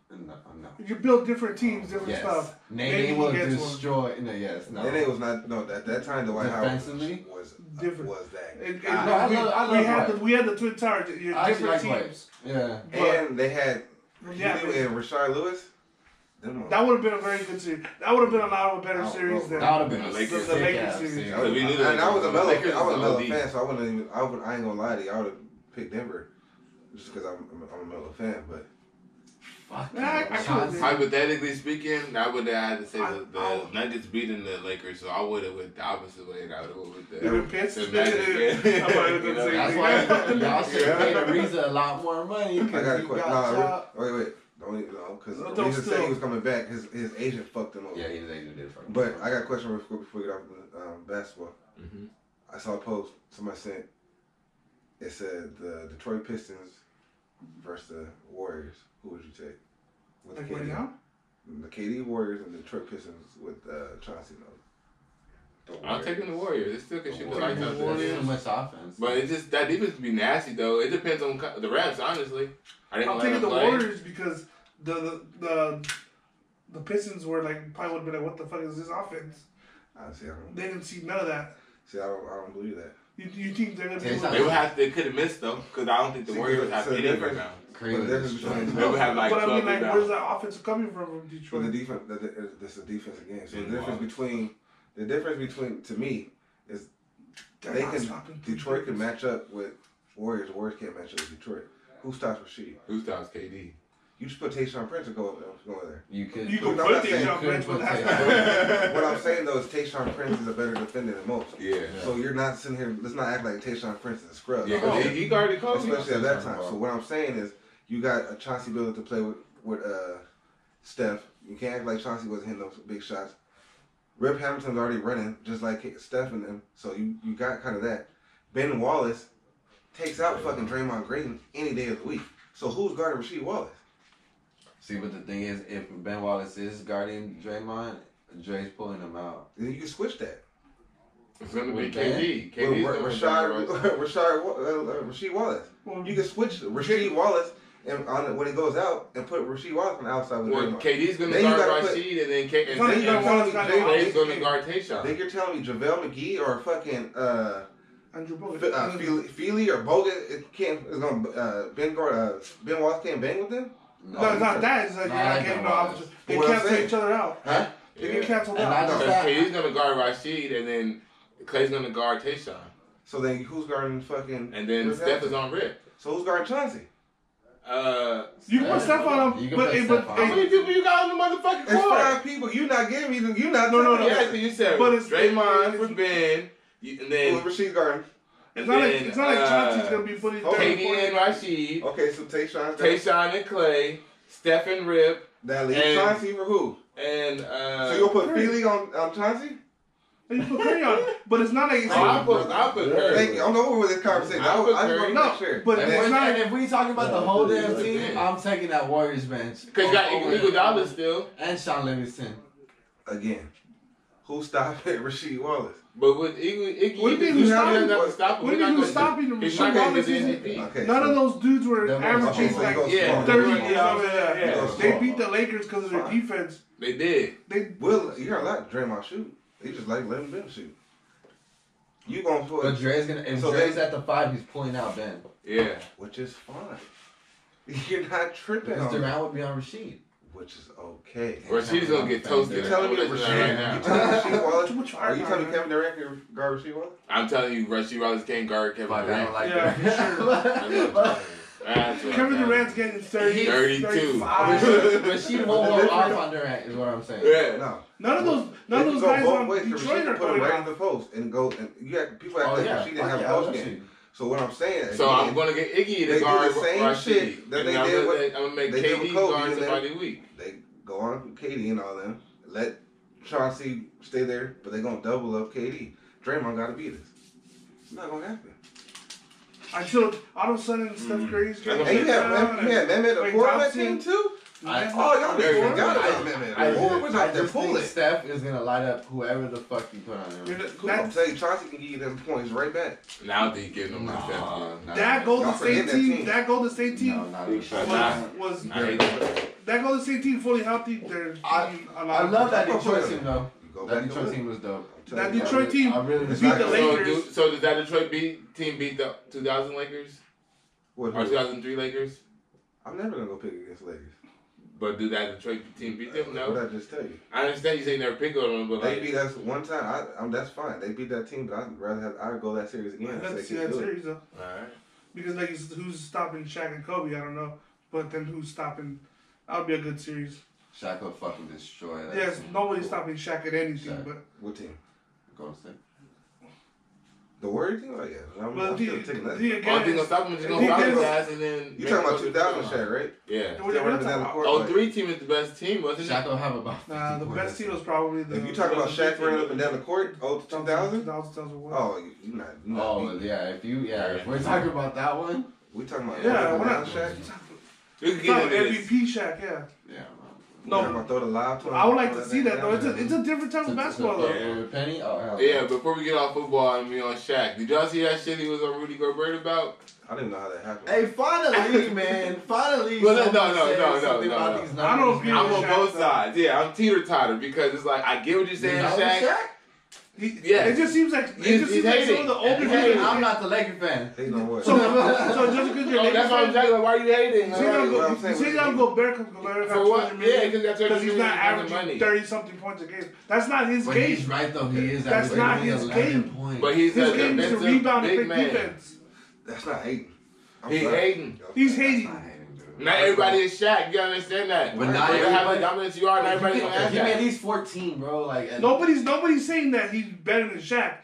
D: No, no.
C: You build different teams, different
D: yes.
C: stuff. Maybe
D: Nene
C: he
D: will
C: gets one.
D: destroy. No, yes, no.
B: and it was not no at that time. Dwight Howard was
D: Defensively?
B: was,
C: Different.
B: was that.
C: And- and
D: I- I
C: we,
D: love- I
C: we
D: love
C: had
D: White.
C: the we had the twin towers. you know,
D: I actually
C: different
D: like
C: teams.
D: Yeah.
C: But-
B: and they had
C: yeah,
B: you and Rashard Lewis. Them
C: that would have been a very good series. That would have been a lot of a better
B: Oh,
C: series
B: oh,
C: than
D: That would have been
A: The
D: a
A: Lakers-
D: sick
C: the Lakers
D: ass
C: series.
D: series.
A: Yeah, we knew
B: And I,
A: that.
B: was a Melo.
A: Lakers
B: I was a
A: is
B: Melo
A: OD.
B: fan, so I wouldn't even. I, would, I ain't gonna lie to you. I would have picked Denver just because I'm, I'm, a- I'm a Melo fan. But
D: Fuck
C: Nah, I- I
D: Chauncey.
C: could've been-
A: Hypothetically speaking, I would have had to say
C: I-
A: the, the
C: I-
A: Nuggets beating the Lakers, so I would have went the opposite way. and I would have went with the.
C: You've been pissed.
A: the Magic, yeah.
C: I'm not even
A: You
C: gonna
A: know,
C: say
D: That's
C: anything.
D: why y'all should
B: Yeah.
D: have paid Ariza a lot more money.
B: I got
D: because
B: a
D: he
B: question.
D: got
B: No,
D: chopped.
B: wait, wait. Don't even know because
C: No,
B: no,
C: don't
B: said he
C: still.
B: was coming back. His his agent fucked him over.
D: Yeah, he did. did fuck.
B: But I got a question real quick before we get off the um, basketball.
A: Mhm.
B: I saw a post somebody sent. It said the Detroit Pistons versus the Warriors. Who would you take? With
C: Like
B: KD?
C: right now?
B: The KD Warriors and the Detroit Pistons with uh, Chauncey. Miller. The
A: I'm taking the
B: Warriors.
A: Warriors. They still can shoot the
C: Warriors.
A: lights out
C: The
A: there.
D: There's not much offense.
A: But it just that defense can be nasty though. It depends on co- the refs, honestly. I didn't
C: I'm
A: let
C: taking
A: them
C: the
A: play.
C: Warriors because the the, the the Pistons were like probably would have been like, what the fuck is this offense?
B: I see. I don't,
C: They didn't see none of that.
B: see. I don't. I don't believe that.
C: You, you think they're gonna be
D: It's
C: able to-
A: They would have. They could have missed though, because I don't think the
B: See,
A: Warriors
B: so-
A: have
B: so
A: any right
B: different-
A: now.
D: Crazy.
B: But there's-
D: Detroit.
A: They would have like
C: But I
A: twelve
C: mean, like, where's
A: rebounds.
C: that offense coming from from
B: Well,
C: Detroit?
B: the defense, the, the, this is a defense again. So the
A: In
B: difference
A: Wallace.
B: between the difference between to me,
C: They're
B: they
C: not
B: can
C: stopping
B: Detroit can
C: defense.
B: match up with Warriors. Warriors can't match up with Detroit. Who stops Rasheed?
A: Who stops KD?
B: You just put Tayshaun Prince and go up there. Go in there.
D: You could.
C: You
B: But
C: can
B: no,
C: put
B: that's
C: the
B: saying
C: jump
D: couldn't
C: bench, but
D: put
C: that's
D: Tatum.
C: not.
B: what I'm saying though is Tayshaun Prince is a better defender than most.
A: Yeah,
B: So you're not sitting here. Let's not act like Tayshaun Prince is a scrub.
A: yeah.
D: Oh.
A: Cause he, he guarded Kobe.
B: especially at that
D: Tayshaun
B: time.
D: Ball.
B: So what I'm saying is, you got a Chauncey Billups to play with with uh, Steph. You can't act like Chauncey wasn't hitting those big shots. Rip Hamilton's already running, just like Steph and them. So you you got kind of that. Ben Wallace takes out fucking Draymond Green any day of the week. So who's guarding Rasheed Wallace?
D: See, but the thing is, if Ben Wallace is guarding Draymond, Dre's pulling him out.
B: Then you can switch that.
A: It's gonna be
D: With
A: KD.
B: With
A: KD's
B: Ra-
A: gonna
B: Rashard,
A: guard-
B: Rashard, Wa- uh, uh, Rasheed Wallace.
C: Well,
B: You can switch Rasheed Wallace and on it when it goes out and put Rasheed Wallace on the outside with
A: Well,
B: Draymond.
A: KD's gonna
B: Then you
A: guard
B: gotta put-
A: Rashid, and then K- and
C: Tell me
A: then
B: you gotta
A: and
C: Ben Wallace
B: tell
C: got
B: me
C: no
A: Jay's
B: Jay's
A: gonna
C: offense.
A: guard
B: Then
A: Tayshaun.
B: you're telling me JaVale McGee or fucking uh,
C: Andrew
B: F-
C: Bogut.
B: uh Feely, Feely or Bogut it can't is gonna uh, Ben Guard uh, Ben Wallace can't bang with them?
C: No, it's not that. It's like
D: No,
C: you're
D: I
C: not
D: like
C: getting
D: Ben
C: no
D: Wallace.
C: offense. They
B: What I'm
C: cancel
B: saying.
C: each other out.
B: Huh?
C: They get
A: Yeah.
C: canceled
D: And I
C: out.
D: just-
A: Because KD's gonna guard Rashid, and then Clay's gonna guard Tayshawn,
B: So then who's guarding fucking?
A: and then
B: Rip
A: Steph is
B: Hamilton?
A: on Rip.
B: So who's guarding Chauncey?
A: Uh,
C: You can put
D: Yeah.
C: stuff on
D: You
C: him,
D: can
C: but
D: put
C: it,
D: stuff
C: but
D: on
A: how
D: him.
A: many people you got on the motherfucking
B: It's
A: court?
B: five people. You're not giving me. the- You're not.
C: No, no, no.
A: Yeah, so you said
C: But it's-
A: Draymond for Ben, you, and
B: Who's
A: then
B: Rasheed guarding?
C: it's not like it's not like Chauncey's gonna be putting
B: uh, okay.
C: thirty
A: Katie and
C: points.
A: Rashid,
B: Oh, Okay, so Tayshawn's got-
A: Tayshawn and Clay, Steph and Rip,
B: That leaves
A: And-
B: Chauncey for who?
A: and uh,
B: so you'll put
C: Curry.
B: Feely on, on Chauncey?
C: And you put three on him, but it's not like it's
A: Oh, I'll put, I'll put Curry.
B: Thank you. I'm over with this conversation. I,
A: I
B: was- I just
A: put
B: want to
C: Curry.
B: make sure.
C: But
D: And
C: it's
D: when-
C: not-
D: and if we talking about the whole damn team,
A: Yeah.
D: I'm taking that Warriors bench.
A: Cause you got
D: Over-
A: Iguodala still,
D: and Sean Livingston.
B: again, who stopped at Rasheed Wallace?
A: but with Iggy, Iggy
C: What do you mean who's
A: not
C: stopping-
A: gonna stop him.
C: what do
A: We're
C: you mean
A: not
C: who's
A: gonna-
C: stopping him?
A: He's not gonna
C: Rasheed
A: get
C: Wallace
A: the
C: is-
A: MVP.
B: Okay,
C: None
B: so-
C: of those dudes were
D: That was-
B: okay,
C: averaging
B: so
C: like
B: you go
A: yeah,
B: small.
C: thirty.
A: Yeah,
C: Yeah, yeah, yeah.
B: yeah.
C: They beat the Lakers because of their
B: Fine.
C: defense.
A: They did.
C: They
B: Will you gotta let Draymond shoot? They just like letting Ben shoot. You gonna
D: But
B: put
D: Dre's gonna if
B: So
D: Dre's
B: they-
D: at the five, he's pulling out Ben.
A: Yeah.
B: which is fine. You're not tripping
D: Because
B: on me,
D: Durant would be on Rasheed.
B: which is okay.
A: Rasheed's gonna get toasted.
B: You telling me
A: I'm listening
B: Rasheed?
A: right
B: You
A: now.
B: telling me Rasheed Wallace?
C: Too much
B: Are Oh, you telling me
C: firepower.
B: Kevin Durant can guard Rasheed Wallace?
A: I'm telling you, Rasheed Wallace can't guard Kevin
D: Fuck, I don't
A: Durant.
D: like
C: Yeah,
A: That's what I'm telling you. That's what I'm
C: Kevin
A: telling
C: Durant's
A: you.
C: getting 30,
A: 32.
C: 35.
D: Rasheed Rasheed won't go off on Durant is what I'm saying.
A: Yeah.
B: No.
C: None of those, none of
B: They
C: those
B: can go
C: guys
B: both
C: on
B: ways, 'cause Rasheed
C: Detroit
B: can
C: are
B: put him
C: going
B: right in
C: out.
B: the post and go. And you have people act
D: Oh
B: like
D: yeah, fuck
B: she didn't have
D: yeah,
B: a post
D: I'll
B: game.
D: shoot.
B: So what I'm saying,
A: So I'm
B: again,
A: gonna get Iggy
B: They
A: to
B: do
A: guard
B: the same
A: Rasheed.
B: shit that
A: and
B: they
A: I'm,
B: did
A: gonna,
B: with-
A: I'm gonna make
B: they did with
A: KD
B: Kobe
A: guard
B: and them.
A: somebody weak.
B: they go on with KD and all them. Let Chauncey stay there, but they gonna double up KD. Draymond gotta beat us. It's not gonna happen.
C: Until all of a sudden Steph
A: Mm.
C: Curry's getting
B: And you
C: shut
B: have
C: down
B: Mem- you had Mehmet
C: Clay
B: Akor on that
C: Thompson.
B: team too.
D: I-
B: Oh, y'all
A: There you
B: just
A: go.
B: forgot about
A: I-
B: Mehmet
D: I
B: Akor was
D: just- I
B: out there
D: just think
B: pulling.
D: Steph is gonna light up whoever the fuck you put on him.
B: Cool. I'm telling you, Chauncey can give you them points right back.
A: Now they giving him like that.
C: That Golden
B: Y'all forget
C: State
B: that
C: team,
B: team.
C: that Golden State
D: No,
C: team
D: not
E: Big
D: even.
E: shot.
A: Nah.
C: was, was
A: I hate that.
C: that Golden State team fully healthy. They're
D: I-
C: beating a lot
D: I
C: of
D: love that
B: Go
D: Detroit
B: for it.
D: team though.
B: You go
D: That
B: back
D: Detroit
B: to
D: team was dope.
C: That
B: you,
C: Detroit team
D: I really
C: beat
B: not
C: the
B: good.
A: So,
C: Lakers.
A: do, so did that Detroit beat, team beat the 2000 Lakers
B: What,
A: or 2003 Lakers?
B: I'm never gonna go pick against Lakers.
A: But did that Detroit team beat them? No.
B: What I just tell you.
A: I understand you saying never pick on them, but
B: They
A: like,
B: beat us one time. I, I'm, that's fine. They beat that team, but I'd rather have I'd go that series again.
C: I'd
B: if
C: love
B: they
C: to see
B: could
C: that
B: do it.
C: series though,
A: all right.
C: because like it's- who's stopping Shaq and Kobe? I don't know, but then who's stopping? That would be a good series.
D: Shaq will fucking destroy that.
C: Yes,
D: team.
C: nobody's
D: Cool.
C: stopping Shaq at anything,
D: Shaq.
C: but
B: What team?
D: Golden State.
B: The Warriors team? Oh yeah. I'm,
C: but
B: I'm
C: the,
B: still
C: the,
B: taking that.
A: Only thing
C: again,
A: gonna stop him is just gonna
C: He
A: foul
C: did-
A: his ass and then.
B: You talking about 2000 Shaq, right?
A: Yeah.
C: What are you
B: That would've
C: talking
B: been
C: about?
B: court,
A: Oh,
B: like-
A: three team is the best team, wasn't
D: Shaq
A: it?
D: will have about.
C: Nah,
D: 50
C: the
D: points. Oh,
C: best team was probably the.
B: If you talk about Shaq running up and down the court, oh, 2000?
C: 2001.
B: Oh, you- you not. you not
D: Oh
B: beating-
D: yeah, if you yeah,
A: Yeah.
D: if we're talking about that one,
B: we talking about
C: Yeah,
B: up and
C: we're
B: down
C: not-
B: Shaq?
A: We could get into this.
C: MVP Shaq, yeah.
D: yeah.
B: We
C: No.
B: talking about throw the live to him,
C: I would like
B: throw
C: to
B: that
C: see
B: thing
C: that though.
B: down
C: It's a,
B: there.
C: it's a different type of basketball though.
A: yeah.
D: Yeah, Penny. Oh hell
A: Yeah, before we get off football and we on Shaq, did y'all see that shit he was on Rudy Gobert about?
B: I didn't know how that happened.
D: Hey, finally, man. Finally.
A: Well, no, no,
D: someone
A: no,
D: said
A: no, no,
D: something
A: no,
D: about
A: no.
D: these
C: I don't
D: numbers,
C: agree
D: man.
A: I'm on
C: Shaq,
A: both
C: though.
A: sides. Yeah, I'm teeter totter because it's like I get what you're
D: You
A: saying,
D: know
A: Shaq.
D: Shaq?
C: He-
A: Yeah.
C: It just seems like it
A: He's-
C: just
A: he's
C: seems like some
A: hating.
C: of the
A: He's
C: older
A: hating.
C: people.
D: I'm not the Laker fan.
B: They know what.
C: So, so just because you're
A: Oh, that's
C: Lakers
A: why
C: fan,
A: I'm Shaq. Like, why are you hating?
C: you
A: huh?
C: say
B: Right,
C: that
B: what
C: go,
B: I'm saying
C: you say
B: was-
C: that go bear because Gobert got
A: For what?
C: 200
A: Yeah,
C: million
A: because that's
C: because he's not
A: money.
C: averaging 30 something points a game. That's not his
D: But
C: game.
D: he's right though. He is.
C: That's
D: averaging
C: not
D: only
C: his
D: 11
C: game.
D: points.
A: But he's
C: His
A: a
C: game is to
A: defensive
C: rebound and
A: big
C: pick
A: man.
C: defense.
B: That's not hating. I'm
A: He
B: sorry.
A: hating.
C: He's
D: That's
C: hating.
D: not hating, dude.
A: Not everybody is Shaq. You gotta understand that.
D: But not
A: you have
D: everybody-
A: the dominance you are, not everybody's gonna have
D: Give me at
A: that.
D: least 14, bro. Like at-
C: Nobody's nobody's saying that he's better than Shaq.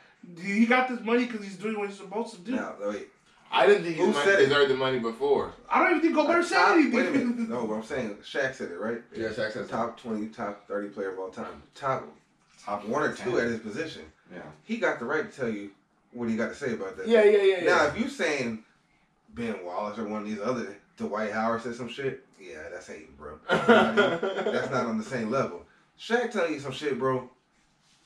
C: He got this money because he's doing what he's supposed to do.
B: Now, wait.
A: I didn't think
B: Who
A: he
B: said it?
A: deserved the money before.
C: I don't even think Gobert said anything.
B: Wait a minute. No, what I'm saying, Shaq said it, right?
D: Yeah, Shaq said
B: top 20, top 30 player of all time. Top
D: top
B: one or
D: 10.
B: two at his position.
D: Yeah.
B: He got the right to tell you what he got to say about that.
A: Yeah, yeah, yeah.
B: Now, if you saying Ben Wallace or one of these other Dwight Howard said some shit, yeah, that's hating, bro. that's not on the same level. Shaq telling you some shit, bro.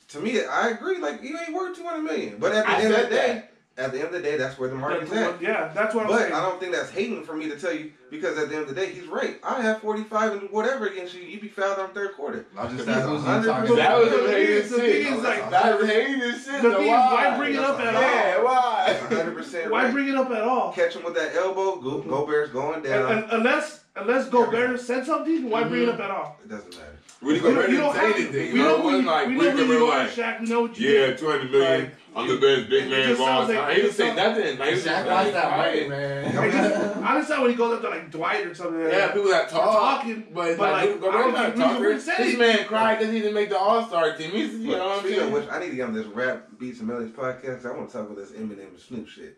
B: To me, I agree. Like you ain't worth two hundred million, but at the
A: I
B: end of
A: said
B: the day, at the end of the day, that's where the market's at.
C: yeah, that's what I'm
B: But
C: saying.
B: I don't think that's hating for me to tell you because at the end of the day, he's right. I have forty five and whatever against you. You be fouled on third quarter.
D: I just
B: He's
D: asked who's he
B: 100%
D: talking
A: That was
D: about.
A: the hating
C: The thing
A: shit.
C: is,
B: like-
A: That was hating shit.
C: The thing is, why
A: why?
C: bring it up at
A: Yeah,
C: all?
B: One
A: why?
B: hundred percent.
C: Why bring it up at all?
B: catch him with that elbow? Go, Gobert's going
C: Un-
B: down.
C: un- Unless unless Gobert said something, why bring it up at all?
B: It doesn't matter.
A: Rudy
C: You,
A: Gobert
C: you don't
A: didn't say
C: have to.
A: anything.
C: We know
A: It wasn't
C: who you,
A: like
C: we
A: Rudy
C: know who
A: Gobert
C: you are,
A: like,
C: Shaq. We know what you
A: yeah,
C: did.
A: two hundred million.
C: Like-
A: I'm the best big
C: It
A: man of
C: just
A: all
C: sounds like-
A: time. he
C: it
A: didn't
C: just
A: say
C: sounds-
A: nothing. Like, he was
D: Jack
A: just
D: lost
A: like,
D: that
A: quiet.
D: money, man.
C: I just, I just when he goes up to like Dwight or something.
A: Yeah, people that talk,
C: Talking,
A: but, like,
C: but, like,
A: but
C: I
A: we're
C: don't
A: not
C: think we
A: talking.
C: even
A: This
C: said it.
A: man cried because he didn't make the All Star team. He's, you know what I'm
B: Speaking of which,
A: saying?
B: I need to get on this rap beats and melodies podcast. I want to talk about this Eminem and Snoop shit.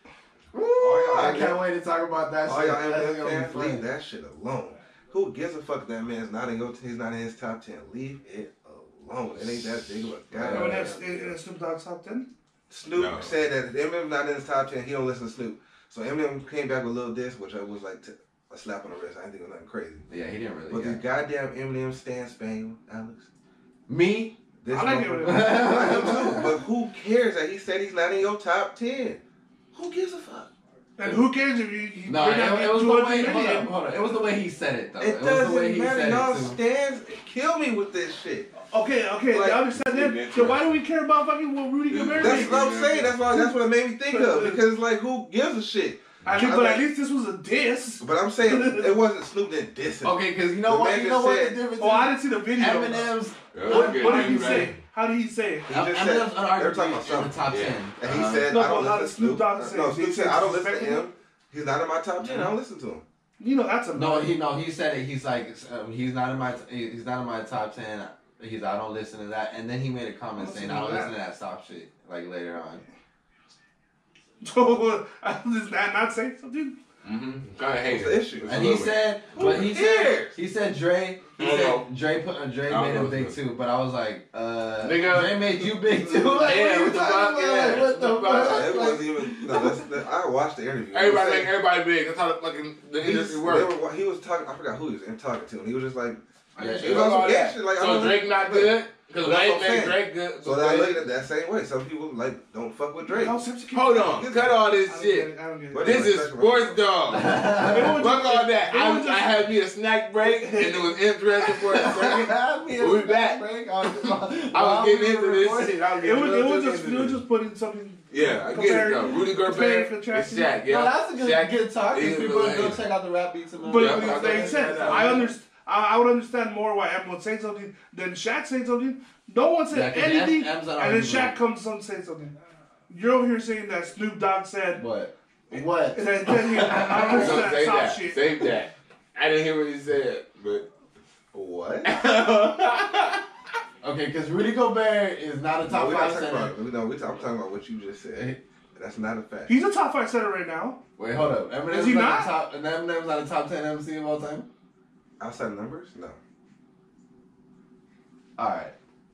D: Ooh, I
B: y'all-
D: can't wait to talk about that
B: All
D: shit.
B: y'all
D: That's
B: Eminem
D: gonna be
B: fans,
D: fun.
B: leave that shit alone. Who gives a fuck if that man's not in your? He's not in his top ten. Leave it alone. It ain't that big of a
C: Remember
B: guy.
C: that uh, Snoop Dogg top ten?
B: Snoop
A: No.
B: said that if Eminem not in his top ten, he don't listen to Snoop. So Eminem came back with a little diss, which I was like t- a slap on the wrist. I didn't think it was nothing crazy.
D: Yeah, he didn't really.
B: But
D: get
B: this goddamn Eminem Stan Spaniel, Alex.
D: Me?
B: This
C: I like
B: motherfucker-
C: Eminem.
B: I do too, but who cares that he said he's not in your top ten? Who gives a fuck?
C: And who cares if you, you
D: No,
C: bring
D: it,
C: out
D: it was the way.
C: 200
D: Hold
C: million?
D: up, hold up. It was the way he said it, though. was
B: It
D: the way
B: doesn't
D: he
B: matter.
D: said
B: Y'all
D: it. too.
B: stands kill me with this shit.
C: Okay, okay,
B: Like,
C: I understand
A: it's
C: that. So why do we care about fucking what Rudy
A: Dude,
C: Gobert
B: That's
C: did?
B: what I'm saying. That's why. That's what it made me think of. Because like, who gives a shit?
C: I think,
B: I
C: but
B: like-
C: at least this was a diss.
B: But I'm saying it wasn't Snoop that dissed him.
D: Okay, because you know
B: The
D: what?
B: man
D: You know
B: just
D: what
B: said-
D: the difference
C: Oh, I
D: is?
C: didn't see the video.
D: Eminem's
C: What,
A: Okay,
C: what did he
A: right.
C: say? How did he say?
B: He just said
D: Eminem's
B: they were
D: unarguably
B: talking about
D: in the
B: something,
D: top
A: Yeah.
D: ten.
B: and he
D: Uh-huh.
B: said,
C: No,
B: "I don't
C: but how
B: listen to
C: did Snoop
B: Snoop."
C: Dogg
B: Uh,
C: say
B: No,
C: it?
B: Snoop
C: He
B: said, "I don't
C: said
B: listen to him. He's not in my top ten. I don't listen to him."
C: You know that's a
D: No, he no. He said it. He's like, um, he's not in my. T- he's not in my top ten. He's. I don't listen to that. And then he made a comment
C: I
D: saying,
C: listen
D: "I
C: to
D: don't
C: that.
D: listen to that stop shit." Like later on.
C: So I was not, not saying something.
A: Mm-hmm. Kind of hate
B: What's the issue?
D: And he said, but he said,
B: cares?
D: he said Dre, he
A: I don't know.
D: said Dre put uh, Dre
A: I don't
D: made
A: know
D: him
A: what's
D: big
A: good.
D: too. But I was like, uh,
A: Nigga.
D: Dre made you big too. Like,
A: Yeah,
D: what are
A: what
D: you
A: the
D: talking
A: fuck?
D: about?
A: Yeah,
D: Like, what the
A: what the fuck?
D: fuck?
B: It
D: Like,
B: wasn't even. No, that's, that, I watched the interview.
A: Everybody
B: He
A: make
B: said-
A: everybody big. That's how the fucking the
B: he,
A: industry
B: they
A: works.
B: were- he was talking. I forgot who he was in talking to, and he was just like,
D: Yeah,
B: It was on some gay shit, like, I
A: so
B: don't-
A: Drake not
B: but-
A: good because
B: that's
A: Wayne
B: what I'm
A: made
B: saying.
A: Drake good.
B: "So that I look at it that same way. Some people like don't fuck with Drake.
C: How sensitive can
A: Hold
C: you
A: on,
B: This-
A: cut all
C: be?
A: this
C: I don't get
A: shit.
C: it. I don't get it.
B: But-
A: This is sports dog. Fuck all that.
C: They
A: I,
C: were just-
A: I had me a snack break and it was interesting for a second.
D: Me and
A: We
D: Zach
A: back.
D: Frank, I was,
A: I was getting into this
D: recording.
A: shit. I was
C: It
A: getting
C: was, it
A: real
C: was
A: deep
C: just,
A: into
C: it was
A: this.
C: just putting something.
A: Yeah, I get it though.
C: Comparing-
A: Rudy
C: comparing
A: Gobert
C: for
A: and
C: traction.
A: Shaq. Yeah,
D: No, that's a good,
A: Shaq
D: good talk.
A: is
D: If people
A: the
D: go
A: lame.
D: check out the rap beats and all
C: But
A: Yeah, I
D: that.
A: got
C: like I
A: that.
C: said,
A: Yeah,
C: I
A: yeah.
C: understand. I, I would understand more why Em would say something than Shaq said something. No one
D: Yeah,
C: said
D: 'cause
C: anything,
D: Em- Em's not
C: and
D: arguing.
C: then Shaq comes and says something. You're over here saying that Snoop Dogg said.
D: What? What?
C: And then, then he, I
A: Don't
C: understand
A: Save
C: top
A: that.
C: shit.
A: Save that. I didn't hear what he said, but
B: What?
D: Okay, because Rudy Gobert is not a
B: No,
D: top
B: we're not
D: five
B: talking
D: center.
B: about. No, we're talking about what you just said. That's not a fact.
C: He's a top five center right now.
D: Wait, hold up. Eminem's
C: he
D: not?
C: not?
D: a top, and Eminem's not a top ten MC of all time.
B: Outside numbers? No.
D: All right.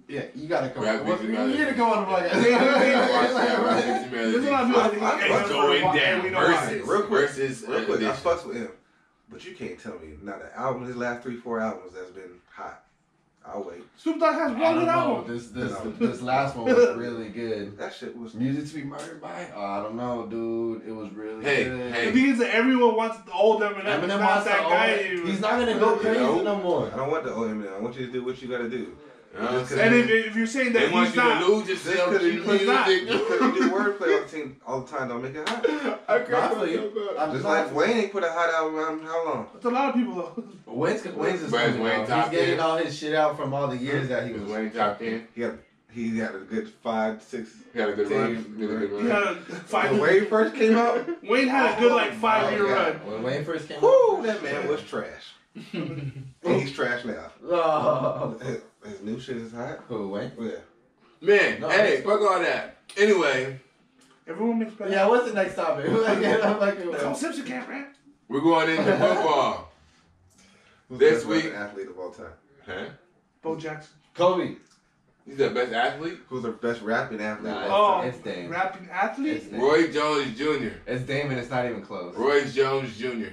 D: Yeah, you gotta come.
A: Rap
D: on.
A: beats
D: you
A: is not
D: need
A: it.
D: to come on the podcast.
A: Watch that.
C: There's a lot of people that think
B: I'm- I'm
C: Em's
A: going
C: number one,
A: down.
C: and we know why.
A: Versus.
B: Real quick,
A: versus,
B: real
A: uh,
B: quick. I
A: this-
B: fucks with him, but you can't tell me not an album. His last three, four albums that's been hot. I'll wait.
C: Snoop Dogg has
D: I
C: one
D: don't
C: good
D: know.
C: album.
D: This this
B: No.
D: this last one was really good.
B: That shit was.
D: Music to be murdered by? Oh, I don't know, dude. It was really
A: Hey,
D: good.
A: hey.
C: The thing is that everyone wants the old Eminem. He's
D: Eminem
C: not
D: wants
C: that
D: to
C: guy
D: own it.
C: anymore.
D: He's not gonna go
B: You
D: crazy
B: know?
D: no
B: I
D: more.
B: don't want the old man. I want you to do what you gotta do.
A: You know what I'm saying?
C: And if, if you're saying that
A: They want
C: he's
A: you to
C: not,
A: lose yourself
B: Just
A: in
B: because
C: he's not.
A: music.
B: Just because you do wordplay all the, time, all the time don't make it hot.
A: I
D: I feel you. I'm
B: Just
D: just
B: like Wayne ain't put a hot album out in how long?
C: it's a lot of people though.
D: Wayne's Wayne's is
A: Where's
D: coming
A: Wayne
D: out.
A: top
D: He's getting
A: ten?
D: all his shit out from all the years that he
A: He
D: was
A: was Wayne top ten.
B: He had, he had a good five, six.
A: He had a good
B: Ten.
A: run. He had a good
C: He had
A: run.
C: a five
B: When Wayne first came out,
C: Wayne had a good like five year
B: Oh, God.
C: run.
D: When Wayne first came
B: whoo,
D: out,
B: that man was trash. and he's trash now.
D: Oh.
B: His, his new shit is hot.
D: Who Wayne?
B: Yeah.
A: Man,
D: No,
A: hey,
D: that's-
A: fuck all that. Anyway,
C: Everyone makes better.
D: Yeah, what's the next topic? I'm like,
C: That's how Simpson can't rap.
A: we're going into football.
B: Who's
A: This
B: the best
A: week-
B: athlete of all time?
A: Huh?
C: Bo Jackson.
D: Kobe.
A: He's the best athlete.
B: Who's the best rapping athlete? of all
C: Oh,
D: It's Dame.
C: rapping athlete.
D: It's Dame.
A: Roy Jones Jr.
D: It's Damon. It's not even close.
A: Roy Jones Jr.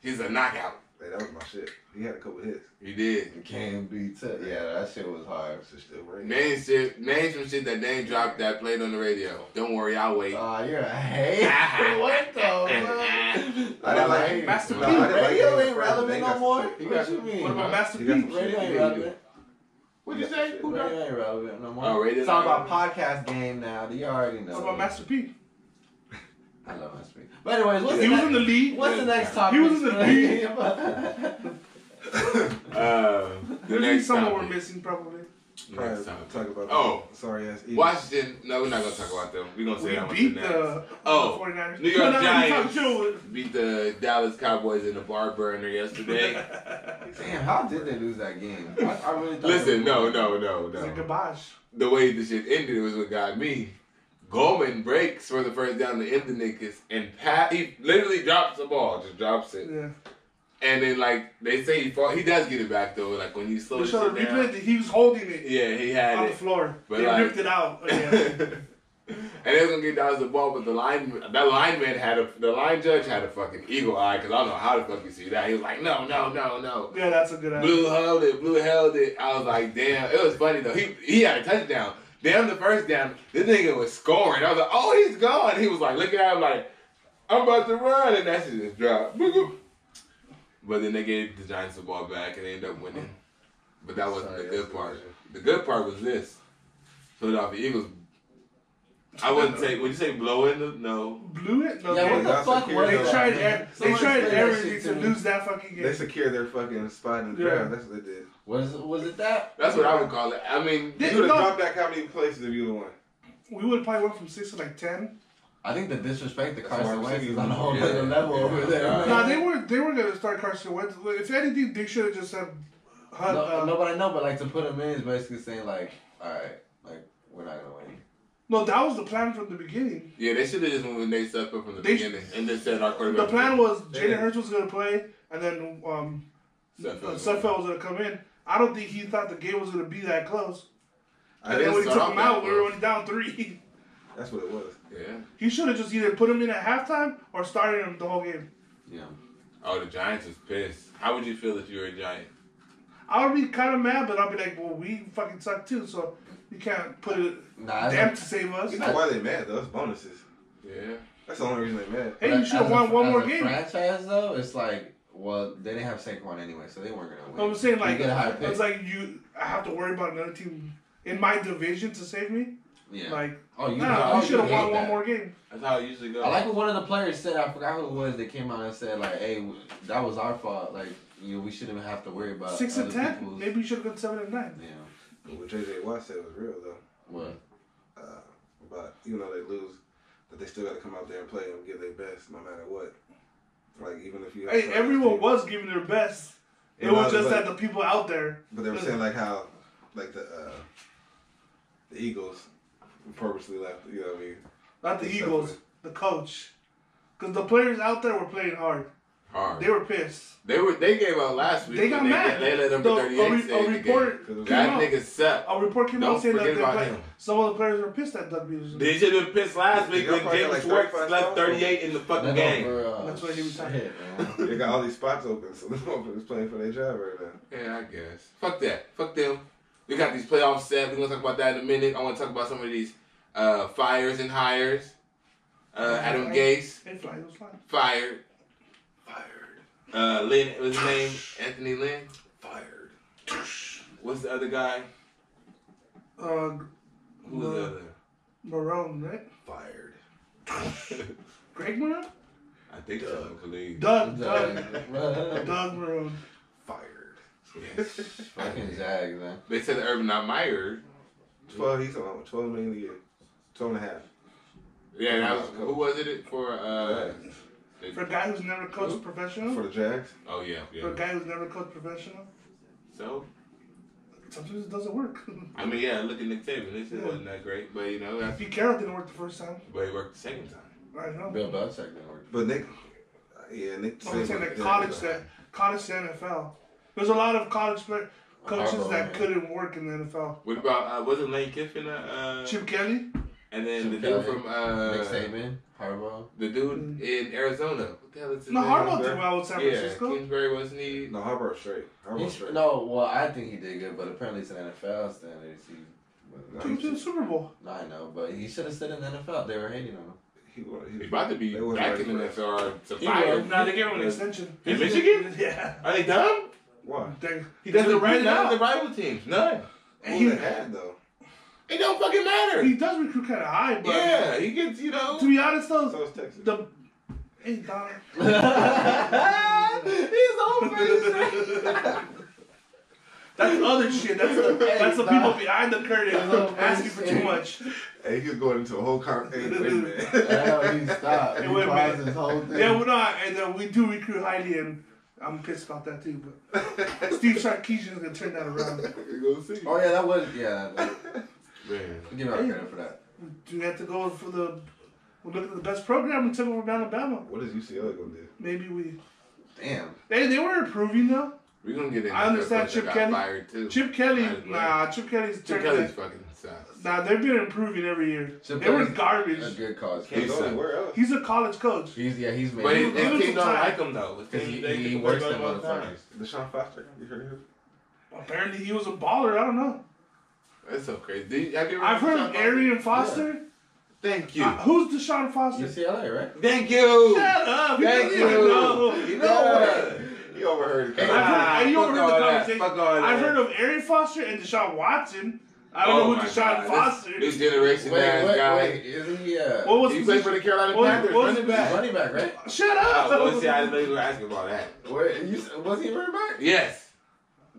A: He's a knockout.
B: time? Hey, that was my shit. He had a couple hits.
A: He did.
D: Can't be touched. Yeah, that shit was hard.
B: That shit still ringing.
A: Name shit, name some shit that Dame dropped that played on the radio. Don't worry, I'll wait.
C: Uh,
D: Aw, Ah, you're a hater. what the fuck?
B: I didn't like-
D: Hey,
C: Master
B: No,
C: P.
B: I didn't like
D: Radio
B: Dame
D: ain't
B: first. Dame
D: relevant
B: got
D: no more.
B: some shit.
D: What you mean?
C: What about Master
B: He got
C: P?
B: some
D: Radio ain't
B: shit.
D: relevant.
A: What'd you say? Who got
D: Radio ain't relevant no more.
A: Oh, radio
D: it's all
A: ain't
D: about podcast game now. You already know.
C: What about Master P?
D: I love Master P. But anyways, what's
C: He
D: the
C: was
D: next-
C: in the league.
D: What's the next topic?
C: He was in the
D: league.
A: Uh, the
C: There's
A: next
C: someone we're
A: topic.
C: missing probably.
A: Next
B: Probably
A: topic.
B: talk about
A: Oh.
B: that. sorry ass. Eagles.
A: Washington. No, we're not gonna talk about them. We're gonna say
C: We
A: that one
C: beat
A: next.
C: the, uh,
A: Oh,
C: the 49ers.
A: New York
C: No, no, no, you talking
A: Giants
C: shit
A: beat the Dallas Cowboys in the bar burner yesterday.
C: with-
D: Damn, how did they lose that game? I, I really thought
A: Listen,
D: they
A: no,
D: were-
A: no, no,
C: It's a
A: no.
C: kibosh.
A: The way the shit ended was what got me. Goldman breaks for the first down to end the niggas, and Pat he literally drops the ball, just drops it,
C: Yeah.
A: and then like they say he fall, he does get it back though. Like when you slow
C: They
A: the
C: showed
A: shit
C: the replay
A: down,
C: that he was holding it
A: yeah, he had
C: on
A: it.
C: the floor.
A: But
C: they
A: like-
C: ripped it out. Oh, Yeah.
A: and they was gonna get Dallas the ball, but the line that lineman had a the line judge had a fucking eagle eye because I don't know how the fuck you see that. He was like, no, no, no, no.
C: yeah, that's a good idea.
A: Blue held it, blue held it. I was like, damn, it was funny though. He he had a touchdown. Damn the first down. This nigga was scoring. I was like, oh, he's gone. He was like, look at him like, I'm about to run, and that shit just dropped. Boop. But then they gave the Giants the ball back and they ended up winning. But that wasn't
B: Sorry,
A: the
B: that's
A: good part. The good part was this. Philadelphia Eagles. I wouldn't say. Would you say blowing? The, no.
C: Blew it? No,
D: Yeah,
C: they-
D: what the
B: Y'all
D: fuck
B: secured
D: was
C: they
B: it.
D: that?
C: tried, e- they
D: Someone
C: tried
D: explain that
C: everything
D: shit
C: to
D: me.
C: lose that fucking game.
B: They secured their fucking spot in the
C: Yeah.
B: draft. That's what they did.
D: Was was it that?
A: That's what I would call it. I mean,
C: They-
B: You would
C: no.
B: have dropped back how many places if you were one.
C: we would probably went from six to like ten.
D: I think the disrespect to
B: That's why
D: Carson
B: I'm
D: Wentz
B: saying
D: is on a
B: you-
D: whole
A: yeah,
D: other level
A: yeah.
D: over there.
A: Nah,
D: man.
C: No, they were they were gonna start Carson Wentz. If anything, they should have just said, Hunt,
D: No,
C: uh,
D: no, but I know, but like to put him in is basically saying like, all right, like we're not gonna win.
C: no, that was the plan from the beginning.
A: yeah, they should have just went with Nate Sudfeld from the
C: They sh-
A: beginning and then said our quarterback.
C: The plan was Jaden
B: Yeah.
C: Hurts was gonna play, and then um,
A: Sudfeld.
C: uh, Sudfeld was gonna come in. I don't think he thought the game was gonna be that close.
B: I
C: And then
A: didn't
C: when he
A: start
C: took
A: off
C: him
A: that
C: out, we were
A: close.
C: only down three.
B: That's what it was.
A: Yeah.
C: He should have just either put him in at halftime or started him the whole game.
D: Yeah.
A: Oh, the Giants was pissed. How would you feel if you were a Giant?
C: I would be kind of mad, but I'd be like, well, we fucking suck too, so you can't put it
D: Nah, I
C: damn
D: don't-
C: to save us.
B: You know why they mad though? It's bonuses.
A: Yeah.
B: That's the only reason they mad.
C: Hey, you
D: But
C: should have
D: as a-
C: won one
D: as
C: more
D: a
C: game.
D: Franchise though, it's like, well, they didn't have Saquon anyway, so they weren't gonna win.
C: I'm saying
D: You
C: like
D: get a higher pick.
C: it's like you. I have to worry about another team in my division to save me.
D: yeah.
C: Like,
D: oh, you,
C: nah,
A: oh,
C: we should have
A: you
C: won
A: hate
C: one
A: that.
C: more game.
A: That's how it usually goes.
D: I like what one of the players said. I forgot who it was. They came out and said like, "Hey, w- that was our fault. Like, you know, we shouldn't have to worry about
C: Six and
D: other
C: ten.
D: people's-
C: Maybe you should have gone seven and nine.
D: Yeah.
B: But what JJ Watt said was real though.
D: What?
B: uh, but even though they lose, that they still got to come out there and play and give their best no matter what. Like even if you have
C: Hey, everyone was giving their best. It
B: And
C: was
B: other-
C: just that
B: but-
C: the people out there.
B: but they were saying like how like the uh, the Eagles purposely left. You know what I mean?
C: Not the
B: Except
C: Eagles, the coach. Because the players out there were playing hard.
A: Hard.
C: They were pissed.
A: They were. They gave out last week.
C: They got
A: when
C: mad.
A: They, let number
C: The-
A: thirty-eight
C: a, re-
A: stay
C: a
A: in the
C: report
B: game.
C: came
A: That
C: out. Oh.
A: nigga sucked.
C: A report came
A: Don't
C: out saying that
A: forget
C: they
A: about
C: play,
A: him.
C: some of the players were pissed at Doug Peterson.
A: They should have pissed last week
B: Y'all
A: when
B: probably got
A: James
B: like
A: Schwartz
B: 35
A: left
B: songs?
A: thirty-eight in the fucking
D: That
A: game.
D: over, uh,
C: That's what he was
D: shit,
C: talking
D: man.
B: They got all these spots open, so they're open playing for their job right now.
A: Yeah, I guess. Fuck that. Fuck them. We got these playoff set. We're gonna talk about that in a minute. I want to talk about some of these uh, fires and hires. Uh, Adam Gase
C: They fly, those fly.
A: fired.
B: Fired,
A: Uh, Lynn was his name Anthony Lynn.
B: fired.
A: What's the other guy?
C: Uh,
A: Who's the
C: No.
A: other?
C: Marone, right?
B: Fired.
C: Greg Marone?
A: I think so. Khalid.
C: Doug, Doug,
D: Doug.
C: Doug Marone.
B: Fired.
A: Yes.
D: Fucking Zags, man.
A: They said Urban not Meyer.
B: Twelve. He's on twelve million a year. Twelve and a half.
A: Yeah, that was who was it for? Uh,
C: For a guy who's never coached
B: For
C: professional?
B: the Jags.
A: oh yeah,
C: For a
A: yeah.
C: guy who's never coached professional?
A: So
C: Sometimes it doesn't work.
A: I mean, yeah, look at Nick Saban. This shit wasn't that great, but you know, that's,
C: Pete Carroll didn't work the first time.
A: but he worked the second time.
C: I know.
D: Bill Belichick didn't work.
B: But Nick. uh, Yeah, Nick.
C: I'm saying
B: Saban-
C: that
B: yeah,
C: college
B: yeah.
C: that college to NFL. There's a lot of college player, coaches
D: Harbaugh,
C: that
D: man.
C: couldn't work in the NFL.
A: What about uh, wasn't Lane Kiffin? Uh, uh,
C: Chip Kelly,
A: and then
D: Chip
A: the dude
D: Kelly.
A: from
D: Nick
A: uh,
D: Saban, Harbaugh.
A: the dude in Arizona. What the hell is his
C: Mm. no
A: name?
C: Harbaugh did well with San
A: Yeah,
C: Francisco.
A: Kingsbury wasn't he?
B: No, Harbaugh was straight. Harbaugh was
D: He's,
B: straight.
D: no, well, I think he did good, but apparently it's an NFL standards. He,
B: No,
C: Took him to the Super Bowl.
D: no, I know, but he should have stayed in the NFL. They were hating on him.
B: He, wa- he,
A: He's about to be
B: They wasn't
A: back
B: ready
A: in the
B: for
A: NFL. to
D: He
A: fire.
D: was.
C: Nah, they gave him an
B: Yeah.
C: extension.
A: In Michigan?
C: Yeah.
A: Are they dumb?
B: why?
C: They,
A: He doesn't
C: write
A: write
C: it
A: none of the
C: out.
A: rival teams. None.
B: Who
C: And he-
B: they had though?
A: It don't fucking matter.
C: He does recruit kind of high, but
A: Yeah, he gets you know.
C: to be honest
B: So
C: though,
B: was Texas.
C: the ain't Donald.
D: He's on
C: That's that's other shit. That's the that's the people behind the curtain asking for too much.
B: Hey, he's going into a whole con. Hey, wait a minute.
D: Hell, you stop. You
C: wait a
D: pause
C: minute.
D: this whole thing.
C: Yeah, we're not, and then we do recruit Heidi, and I'm pissed about that too. But Steve Sarkeesian is gonna turn that around.
A: You gonna see.
D: oh yeah, that was yeah. That,
A: Man.
D: we give her credit for that.
C: We have to go for the. We're looking at the best program. We took over Alabama.
B: What is UCLA gonna do?
C: Maybe we.
D: Damn.
C: They they were improving though.
A: We're gonna get in.
C: I understand Chip Kelly.
A: Fired too.
C: Chip Kelly,
A: Might as well.
C: nah, Chip Kelly's
A: Chip
C: turning
A: Kelly's
C: it-
A: fucking sucks.
C: Nah, they've been improving every year.
D: Chip
C: they were
D: Kelly's A
C: garbage.
D: good cause.
B: Can't
A: He's
B: go
A: a-
B: anywhere else.
C: He's a college coach.
D: He's yeah. He's made.
A: But his,
C: it- it-
A: his team
C: some
A: don't
C: time.
A: like him though. His team-
D: he, he works than motherfuckers.
B: Deshaun Foster. You heard of him?
C: Apparently, he was a baller. I don't know.
A: That's so crazy. Did, have you ever
C: I've heard of
A: Deshaun Watson?
C: Arian Foster.
A: Thank you.
C: Uh, who's Deshaun Foster?
D: UCLA, right?
A: Thank you.
C: Shut up. You
A: Thank
C: don't
A: you.
C: even know.
A: You know what?
B: He overheard.
A: Hey,
B: it.
C: I've heard,
A: Ah,
C: and you
A: fuck
C: overheard
A: all
C: the
A: that,
C: conversation.
A: fuck all
C: I've
A: that.
C: heard of Arian Foster and Deshaun Watson. I don't know
A: Oh my
C: who Deshaun
A: God. This-
C: Foster
A: This,
C: is.
A: generation ass guy.
D: Isn't he uh,
C: What was
A: He
C: his
A: played for the
C: position?
A: Carolina
C: What-
A: Panthers.
C: what-
A: running back.
D: running back, right?
C: Shut up.
A: Oh, well, see, I didn't know you were asking about that.
D: Where you, was he running back?
A: Yes.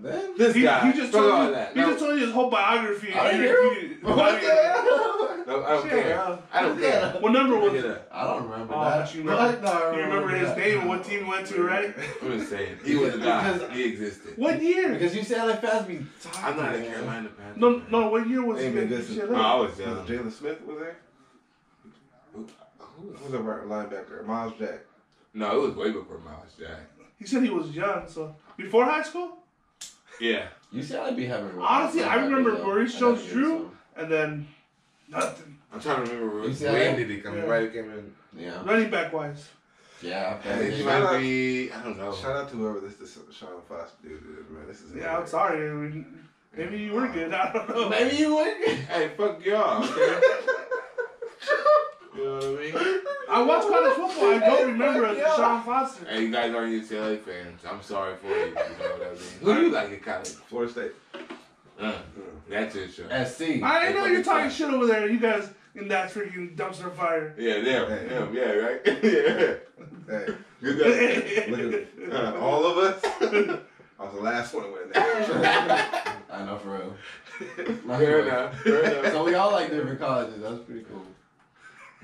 D: Then
A: This
C: he,
A: guy.
C: he just
A: Fuck all
C: told you,
A: that.
C: he
A: No,
C: just told you his whole biography.
D: I
C: and
D: didn't hear
C: he-
D: him. What the hell?
A: no, I don't
C: Shut
A: care.
C: up.
A: I don't care.
C: What number was
A: Look
C: it?
A: it up.
D: I don't remember
C: Oh,
D: that.
C: but you remember-
D: Fuck no, I
C: You remember his
D: that.
C: name and what team he went to, right?
A: I'm just saying. He was a guy.
D: Because-
A: He existed.
C: What year?
D: Because UCLA fans be tired.
A: I'm not a
D: man.
A: Carolina Panther.
C: No, no. What year was
B: They
C: he?
B: ain't been good since-
A: No, I was
B: Was
A: young.
B: it Jalen Smith was there? Who was a right linebacker? Miles Jack.
A: No, it was way before Miles Jack.
C: He said he was young, so before high school.
A: Yeah.
D: UCLA be having.
C: Honestly, I remember Maurice
D: I gotta give it
C: Jones-Drew.
D: to him.
C: and then nothing.
A: I'm trying to remember when,
D: UCLA?
A: when did he come?
C: Yeah.
A: Right, he came in.
D: Yeah,
C: Running back wise,
D: yeah. I felt
A: I think
D: it.
A: he
B: Yeah.
A: might be. I don't know.
B: Shout out to whoever this Deshaun Foster dude is, man. This is
C: yeah, I'm sorry. I mean, maybe you were good. I don't know.
D: Maybe you would.
A: Hey, fuck y'all. Okay? you know what I mean?
C: I watch college football. I don't remember a
D: Fuck yeah.
C: Deshaun Foster.
A: Hey, you guys are UCLA fans. I'm sorry for you. You know what I mean? Who do you like in college?
B: Florida State.
A: Uh, that's it, sure. Yeah,
D: SC.
C: I
A: They
C: didn't know you're
A: fucking
C: talking
A: suck.
C: shit over there. You guys in that freaking dumpster fire.
A: them. Them, yeah, right? yeah.
B: Hey,
A: Good guy.
B: look at uh, all of us. I was the last one to win that.
D: I know for real.
A: Fair enough. Fair enough.
D: So we all like different colleges. That's pretty cool.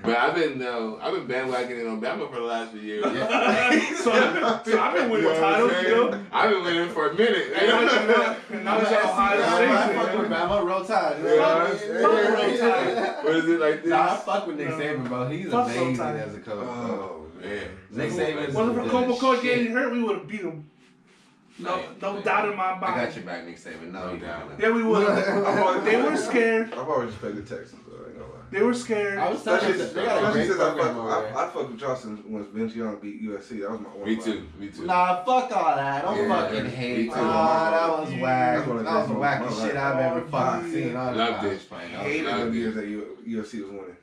A: But I've been uh, I've been bandwagoning on Bama for the last few years.
C: so, so I've been winning
A: You know what I'm
C: titles, you
A: saying?
C: know.
A: I've been winning for a minute.
C: And now it's Ohio- and now it's
D: I
C: Ohio
D: fuck
C: State.
D: with Bama real time.
A: You know what I'm saying?
C: Fuck
A: What is it like this?
D: Nah, I fuck with Nick
C: No.
D: Saban, bro. He's
C: Fuck
D: amazing
C: Sultan.
D: as a coach. bro.
B: oh man.
A: Man.
D: Nick Saban is
C: Wasn't for
D: the
C: Copa Coach
D: shit.
C: getting hurt, we would have beat him. No,
D: Like,
C: no
D: like,
C: doubt in my mind.
D: I got your back, Nick Saban. No,
A: No
D: you
A: doubt.
D: don't.
C: Yeah, we would. Oh, they were scared.
B: I've always respected Texans, though. I ain't gonna lie.
C: They were scared.
D: I was telling
B: Especially
D: you,
B: since,
D: they got a
B: especially
D: great
B: since I,
D: program over
B: fuck,
D: there.
B: I, I fuck with y'all since once Vince Young beat USC. That was my one.
A: Me
B: fight.
A: too. Me too.
D: Nah, fuck all that.
A: Yeah,
D: Don't fucking
A: me
D: hate.
A: too.
D: Ah, that was whack.
B: That's one
D: That was
B: of the
D: the
B: greatest
D: wackest
B: moments
D: shit
B: of my
D: I've
C: life.
D: ever fucking
C: Oh,
D: seen.
C: yeah.
D: All the
A: Loved
D: college
A: it.
D: playing.
B: I
D: That was
B: hated
A: Nah,
B: them
A: dude.
B: years that U- UFC was winning.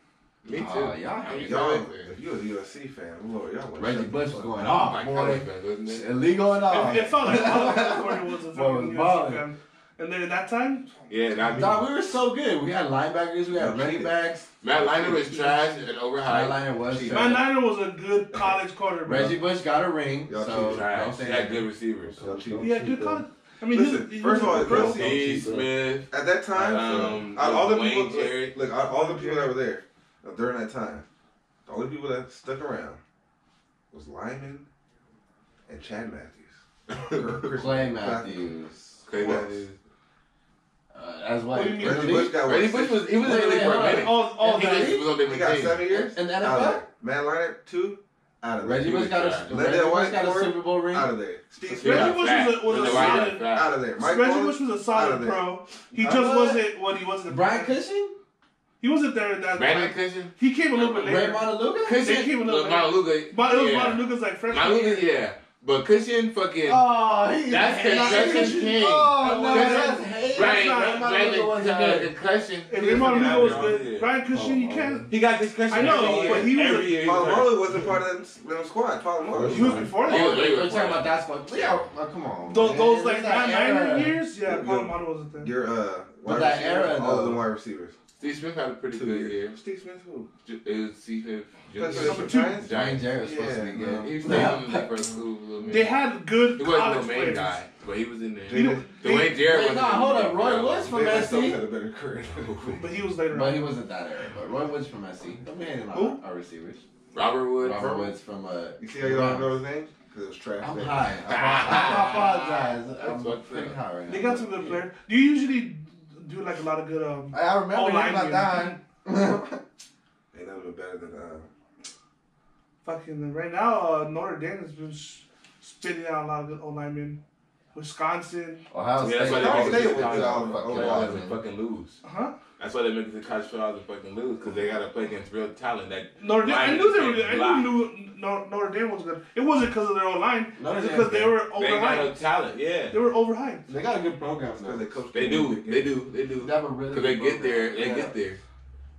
A: Me too.
D: Aw, y'all
A: I'm sorry,
D: hate
B: Y'all,
A: man.
B: if you was a UFC fan, Lord, y'all would
D: Reggie
B: shut the
D: Bush was
B: fuck
D: going
B: up.
A: Oh my
D: off,
A: college
D: boy.
A: fans, wasn't it?
D: Illegal and all.
C: It, it felt like all of California was
D: Boy, it
C: a
D: was
C: fucking UFC
D: balling.
C: fan. And then at that time,
A: Yeah, not me.
D: Dog, we were so good. We had linebackers, we had
B: Yeah,
D: running
B: shit.
D: backs.
A: Matt Liner was trash and overhyped.
D: Matt Liner was
B: Shit.
C: Matt
D: trash.
C: Niner was a good college quarterback.
D: Reggie Bush got a ring,
B: Y'all
D: so
B: cheated.
D: don't
A: trash.
D: say
A: He had good
D: that.
A: receivers.
B: Y'all cheating.
C: He had good college. I mean,
B: Listen,
C: he, was- he
B: first of all,
C: was a
B: Chris-
C: pro.
A: D. Smith.
B: At that time,
A: Um,
B: out of all the
A: Wayne
B: people,
A: Jarrett.
B: look, look, out of all the people that were there uh, during that time, the only people that stuck around was Lyman and Chad Matthews. Or Chris-
D: Clay Matthews.
A: Clay
B: Who else?
A: Matthews.
D: Uh, as
C: What
D: well.
C: do you mean?
B: Reggie Bush got
A: Reggie
B: what?
A: Bush
B: six-
A: was he was in the league for a minute.
C: All, all
A: he
C: that.
A: just was on
B: He
A: different
B: got
A: teams.
B: seven years.
D: In the
B: Out of
D: NFL?
B: there. Matt Liner two. Out of there.
D: Reggie Bush got a,
B: Let
D: Reggie
B: that
D: Bush
B: white
D: got a
B: boy
D: Super Bowl ring.
B: Out of there. Steve
A: He got
C: Reggie Bush
A: fat.
C: was a- was a
A: He white
C: solid-
A: guy.
B: out of there. Mike
C: Reggie
B: Mullins,
C: Bush was a
B: Out
C: solid
B: of there.
C: pro. He
B: Out
C: just
A: Uh,
D: of
C: wasn't what he was in the
D: Brian
C: past.
D: Cushing?
C: He wasn't there in that.
A: Brandon Cushion?
C: He came a little bit
D: Ray
C: later.
D: Montaluga?
A: Cushion?
C: came a little
A: Look,
C: later.
A: Montaluga.
C: But it was
A: yeah.
C: Martin Lucas like freshman.
A: Montaluga,
C: year.
A: yeah. But Cushion fucking.
D: Oh, he
A: That's
D: he-
A: concussion
D: he-
A: king.
D: Oh, no,
A: That's-
D: that's hate.
A: Right,
C: not-
A: right,
D: Montaluga
A: right.
D: was
A: He got a
D: hate.
A: concussion.
C: And
A: He
C: Ray
A: was fucking
C: Montaluga
A: out
C: was
A: of
C: good.
A: here.
C: Brian Cushing,
A: Oh,
C: you can't.
A: He got concussion.
C: I know,
A: every
C: but
A: year.
C: he was
A: every
C: a-
A: year. he was
B: Paul
A: hurt.
B: Marley wasn't part of that little squad. Paul
A: oh,
B: Marley.
C: He was before
A: Yeah,
C: that.
A: they
D: We're
A: were
D: talking about that's what. Yeah, oh, come on.
C: Those,
D: man.
C: those like
D: That
C: Matt Niner
D: era.
C: years, yeah,
B: Yo,
C: Paul
B: yo.
C: Amado wasn't there.
B: Your uh, wide
D: But that
B: receivers,
D: era,
B: all
D: though.
B: of the wide receivers.
A: Steve Smith had a pretty good year.
B: Steve Smith who?
A: J- It was Steve Smith.
B: That's
A: Jr.
B: what the
C: two-
B: Giants.
A: Giants.
D: Wayne Jarrett was supposed to
B: Yeah,
D: be
A: Yeah,
D: good.
A: he was playing in the first school a little bit.
C: They had good
A: He wasn't
C: college
A: no main
C: players.
A: guy. But he was in there.
C: You know,
A: the way Jared
D: Wait,
A: was.
D: nah, hold up. Roy Woods from
B: David Stokes had
D: SC.
B: a better career.
C: but he was later
D: But he
C: on.
D: wasn't that era. But Roy Woods from SC. Don't be hating on
C: Who?
D: our receivers.
A: Robert Woods.
D: Robert Woods from uh.
B: You see how you don't know his name? Because it was trash.
D: I'm
B: then.
D: high. I apologize.
A: That's
D: I'm
A: what's
D: pretty
A: up.
D: high right now.
C: They got some good players. Do you usually do like a lot of good um
D: I, I remember
C: Oh,
D: him not
C: lineman.
D: dying.
B: Ain't never been better than uh,
C: fucking right now? Uh, Notre Dame has been s- spitting out a lot of good O linemen. Wisconsin,
D: Ohio
A: Yeah, that's why
D: State.
A: they
B: Ohio
A: make it
B: State
A: to the
B: was
A: college
B: out of the
A: football
B: old
A: playoffs and
D: lineman.
A: fucking lose.
C: huh?
A: That's why they make it to the college playoffs and fucking lose because they got to play against real talent. That
C: Notre Dame. I
A: Linemen
C: knew they
A: can
C: were. good. I
A: block.
C: knew knew Nor- Notre Dame was good. It wasn't because of their O line. It
D: Notre
C: was
D: Dame's
C: because they
D: good.
C: were
A: they ain't got no
C: overhyped.
A: talent. Yeah,
C: They were overhyped.
D: They got a good program
B: because
D: though.
B: they coached.
A: they do. They do. They do.
D: They have a really
A: Because they
D: good
A: get there. They
D: program.
A: get there.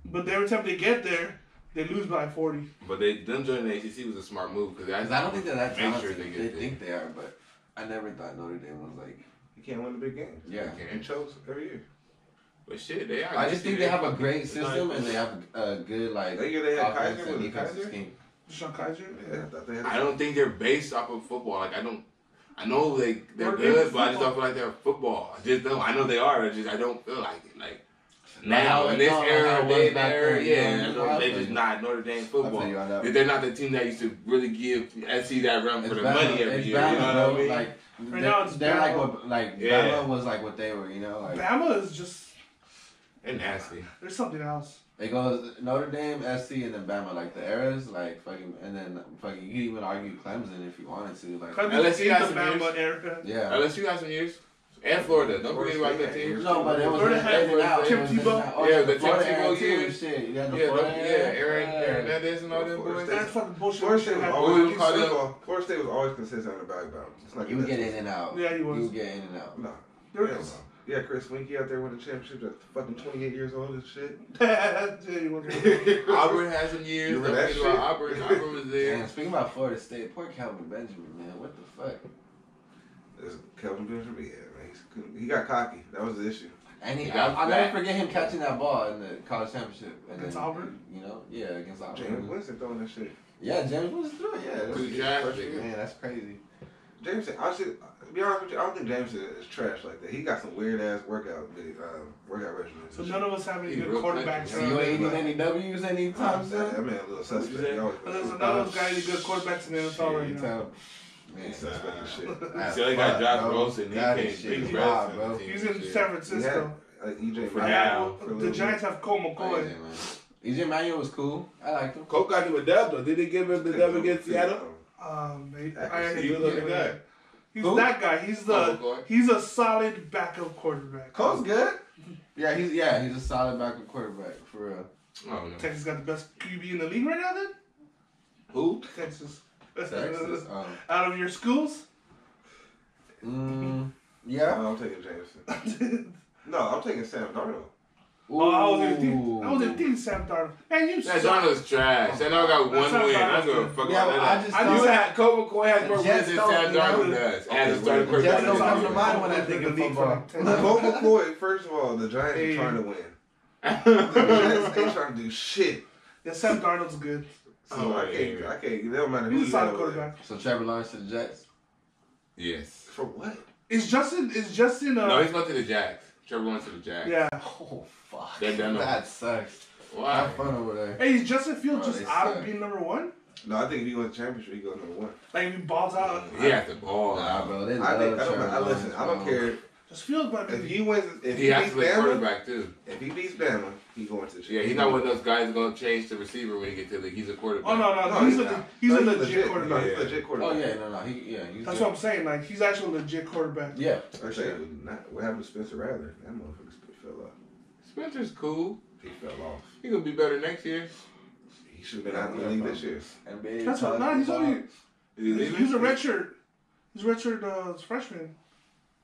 C: But every time they get there, they lose by forty.
A: But they them joining the ACC was a smart move because
D: Because I don't think they're that
A: Make sure
D: talented.
A: they
D: they
A: get there.
D: think they are, but I never thought Notre Dame was like.
B: You can't win the big games.
D: Yeah.
B: You chose every year.
A: But shit, they are.
D: I just think they have a great
A: It's
D: system
A: like-
D: and they have a good like
B: That year they had
D: offense
B: Kaiser,
D: and
B: was it
D: defensive
B: Kaiser?
D: scheme.
C: Deshaun Kaiser.
B: Yeah, I thought they had.
A: I don't think they're based off of football. Like I don't. I know they they're
C: They're
A: good,
C: based
A: but I just
C: football.
A: don't feel like they're football. I just don't. I know they are. I just I don't feel like it. Like now
D: how
A: in
D: it-
A: this
D: no, like how
A: era,
D: it
A: they
D: was back
A: there.
D: then,
A: Yeah,
D: you know,
A: I don't-
D: I
A: they
D: feel
A: just
D: you.
A: not Notre Dame
D: I
A: football.
D: feel you on that one.
A: They're not the team that used to really give SC that run for
D: It's
A: the
D: Bama,
A: money every
D: it's
A: year.
D: Bama,
A: you know what I
D: bro.
A: mean?
D: Like,
C: Right
D: they-
C: now it's
D: they're like
C: Bama.
D: what like
A: Yeah.
D: Bama was like what they were, you know. Like
C: Bama is just
A: they're nasty.
C: there's something else.
D: it goes Notre Dame, SC, and then Bama. Like the eras, like fucking, and then fucking. You could even argue Clemson if you wanted to. Like
A: Unless
C: Clemson
A: you
C: beat
A: got
C: the
A: some
C: Bama
A: years.
C: era.
D: yeah.
A: Unless you got some years. And Florida, don't
B: Florida
A: forget about
B: State
A: that
B: had
A: team.
B: years.
D: No, but it was
C: Florida
D: in
C: had
D: and out.
C: Tim
D: It was in and
C: Tebow.
D: out. Oh,
A: Yeah, the Tim Tebow
D: Florida era too
A: years.
D: and Shit, you had the
A: Yeah,
D: Florida
A: don't- yeah,
D: era.
A: Aaron, Aaron Hernandez and all them
B: Florida
A: boys.
B: State.
C: That's fucking bullshit.
B: Florida State was
A: What we
B: always.
A: would call
B: first of
A: them-
B: all, Florida State was always consistent on the back balance. It's not
D: You would
B: good.
D: get in and out.
C: Yeah, he was.
D: You would get in and out.
B: No.
C: There
B: Hell
C: is.
B: no. Yeah, Chris Winky out there winning championships at fucking 28 years old and shit.
C: Yeah, he was.
A: Auburn had some years.
B: You
A: Don't
B: remember
A: forget
B: that
A: about
B: shit?
A: Auburn. Auburn was there.
D: Man, speaking about Florida State, poor Calvin Benjamin, man. What the fuck?
B: There's Kelvin Benjamin, yeah, man. He's, good. he got cocky. That was the issue.
D: And he,
A: He
D: I,
A: got fat.
D: I'll never forget him catching that ball in the college championship. And
C: Against
D: then,
C: Auburn?
D: You know, yeah, against
C: Oh,
D: Auburn.
B: James Winston throwing that shit.
D: Yeah, James was through. Yeah, that
A: Two
D: was-
A: drives,
B: freshman
A: nigga.
D: man, that's crazy.
B: Jameson, I should to be honest with you. I don't think Jameson is trash like that. He got some weird ass workout vid- um, workout regimens.
C: So none of us have any
A: He
C: good
A: real
C: quarterbacks.
A: quick.
D: So you
C: around.
D: ain't getting any W's anytime
B: that
D: soon.
B: man a little
A: you
B: suspect.
A: say?
B: He always
C: But
B: been
C: There's
B: a
C: another guy who good quarterbacks in the NFL right
D: You
C: now.
D: tell- man,
B: suspect and shit.
A: See, they got
D: fuck,
A: Josh
D: bro.
A: Rosen. He
D: That
A: can't
D: is
A: bring
D: shit.
A: the
D: Wow,
A: rest of the
D: bro.
A: team.
C: He's in
A: Shit.
C: San
B: He had,
C: Francisco.
B: uh, EJ
A: For
B: Manuel
A: now.
B: for a
C: The
B: little
C: Giants have Cole
D: Oh,
C: McCoy.
D: EJ man. EJ Manuel was cool. I liked him.
A: Coke got him a dub though. Did they give him the
B: bit.
A: dub against Seattle?
C: Um, they-
B: I can
C: I
B: see
C: already
A: you
C: knew
A: looking
C: that.
A: good.
C: He's
D: Who?
C: that guy. He's
A: Cole
C: the
A: McCoy.
C: he's a solid backup quarterback. Um,
D: Cole's good. Yeah, he's yeah, he's a solid backup quarterback for real.
A: Oh no.
C: Texas got the best QB in the league right now. Then
A: Who?
C: Texas.
D: Texas. Um,
C: Out of your schools,
D: mm,
B: Yeah,
D: yeah.
B: no, I'm taking Jameson.
C: oh,
B: No, I'm taking Sam Darnold.
C: I was even thinking, I was
D: Ooh.
C: even thinking Sam Darnold. Man, you
A: That
C: suck.
A: Donald's trash. That Donald got
C: That
A: one
C: sounds
A: win. I don't
C: honest,
A: give a
C: dude.
A: fuck
D: Yeah,
A: about
D: but
A: that.
D: I just
A: I
C: don't-
A: just had Colt McCoy has more
D: The
A: wins
D: Jets
A: than
D: don't,
A: Sam
D: you know,
A: Darnold does as a starting
B: the Jets
A: quarterback.
D: don't
A: in
D: come
A: the
D: to mind when I
C: Been
D: think
C: in
D: of
C: the league for like
D: football.
C: 10 years.
B: Cole McCoy, first of all, the Giants
C: Hey.
B: are trying to win. The Giants ain't trying to do shit.
C: Yeah, Sam Darnold's good.
B: So
A: Oh,
B: I can't.
A: yeah.
B: I can't. It don't matter who
C: He's a
B: you
C: solid
B: have over there.
C: quarterback.
D: So Trevor Lawrence to the Jets.
A: Yes.
B: For what?
C: Is Justin? Is Justin? Uh,
A: No, he's going to the Jags. Trevor went to the Jags.
C: yeah.
D: Oh fuck.
A: They done them.
D: That sucks.
A: Why?
D: Have fun over there.
C: Hey, is Justin Field
D: Bro,
C: just
D: they
C: out of
D: suck.
C: being number one?
B: No, I think if he wins the championship, he goes number one.
C: Like if he balls out,
A: He has the ball.
D: Nah,
A: out.
D: bro. They
B: I
D: love
B: think. I don't.
D: Trevor
B: I listen.
D: Lawrence,
B: I don't
D: bro.
B: care
C: just Field might
B: if
C: be.
B: he wins. If he,
A: He has
B: beats
A: to play
B: Bama,
A: quarterback too.
B: if he beats Bama, he going to the.
A: Yeah, he's not one of those guys that's gonna change the receiver when he gets to the league. He's a quarterback.
C: Oh no, no,
B: No,
C: no he's,
B: he's
C: a
B: not.
C: he's a
B: No,
C: legit, quarterback.
B: No, he's
A: Yeah.
B: a legit quarterback.
D: Oh yeah, no, no. He yeah. He's
C: That's
D: good.
C: what I'm saying. Like he's actually a legit quarterback.
D: Yeah.
B: Actually, it was not. What happened to Spencer Rattler? That motherfucker sp- fell off.
A: Spencer's cool.
B: He fell off.
A: He gonna be better next year.
B: He should have been out in the league this year.
D: NBA
C: That's
D: talks
C: what. Nah, he's
D: about-
C: only
A: Is he
C: he's,
A: leaving?
C: he's a redshirt. He's a redshirt uh, freshman.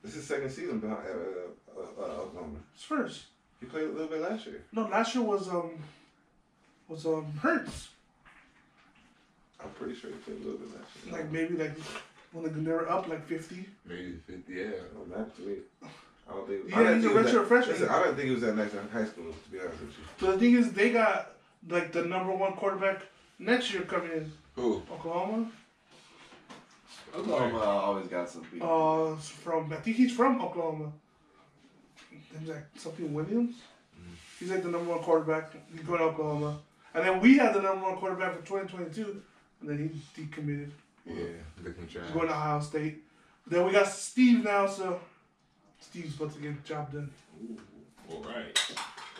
B: This is second season behind uh, uh, uh, Oklahoma.
C: It's first.
B: He played a little bit last year.
C: No, last year was um was um Hurts.
B: I'm pretty sure he played a little bit last year.
C: Like maybe like when they were up like fifty.
A: Maybe fifty. Yeah.
B: It don't matter to me. I don't think.
C: Yeah,
B: I didn't
C: he's a
B: think it was
C: redshirt
B: that-
C: freshman.
B: Listen, I don't think he was that nice in high school. To be honest with you,
C: But the thing is, they got like the number one quarterback next year coming in
A: Who?
C: Oklahoma.
D: Oklahoma always got some people.
C: Uh, it's from I think he's from Oklahoma. He's like something Williams.
A: Mm.
C: He's like the number one quarterback. He's going to Oklahoma, and then we had the number one quarterback for 2022, and then he decommitted.
A: Yeah, look me try.
C: He's going to Ohio State. Then we got Steve now, so Steve's about to get the job done.
A: All right,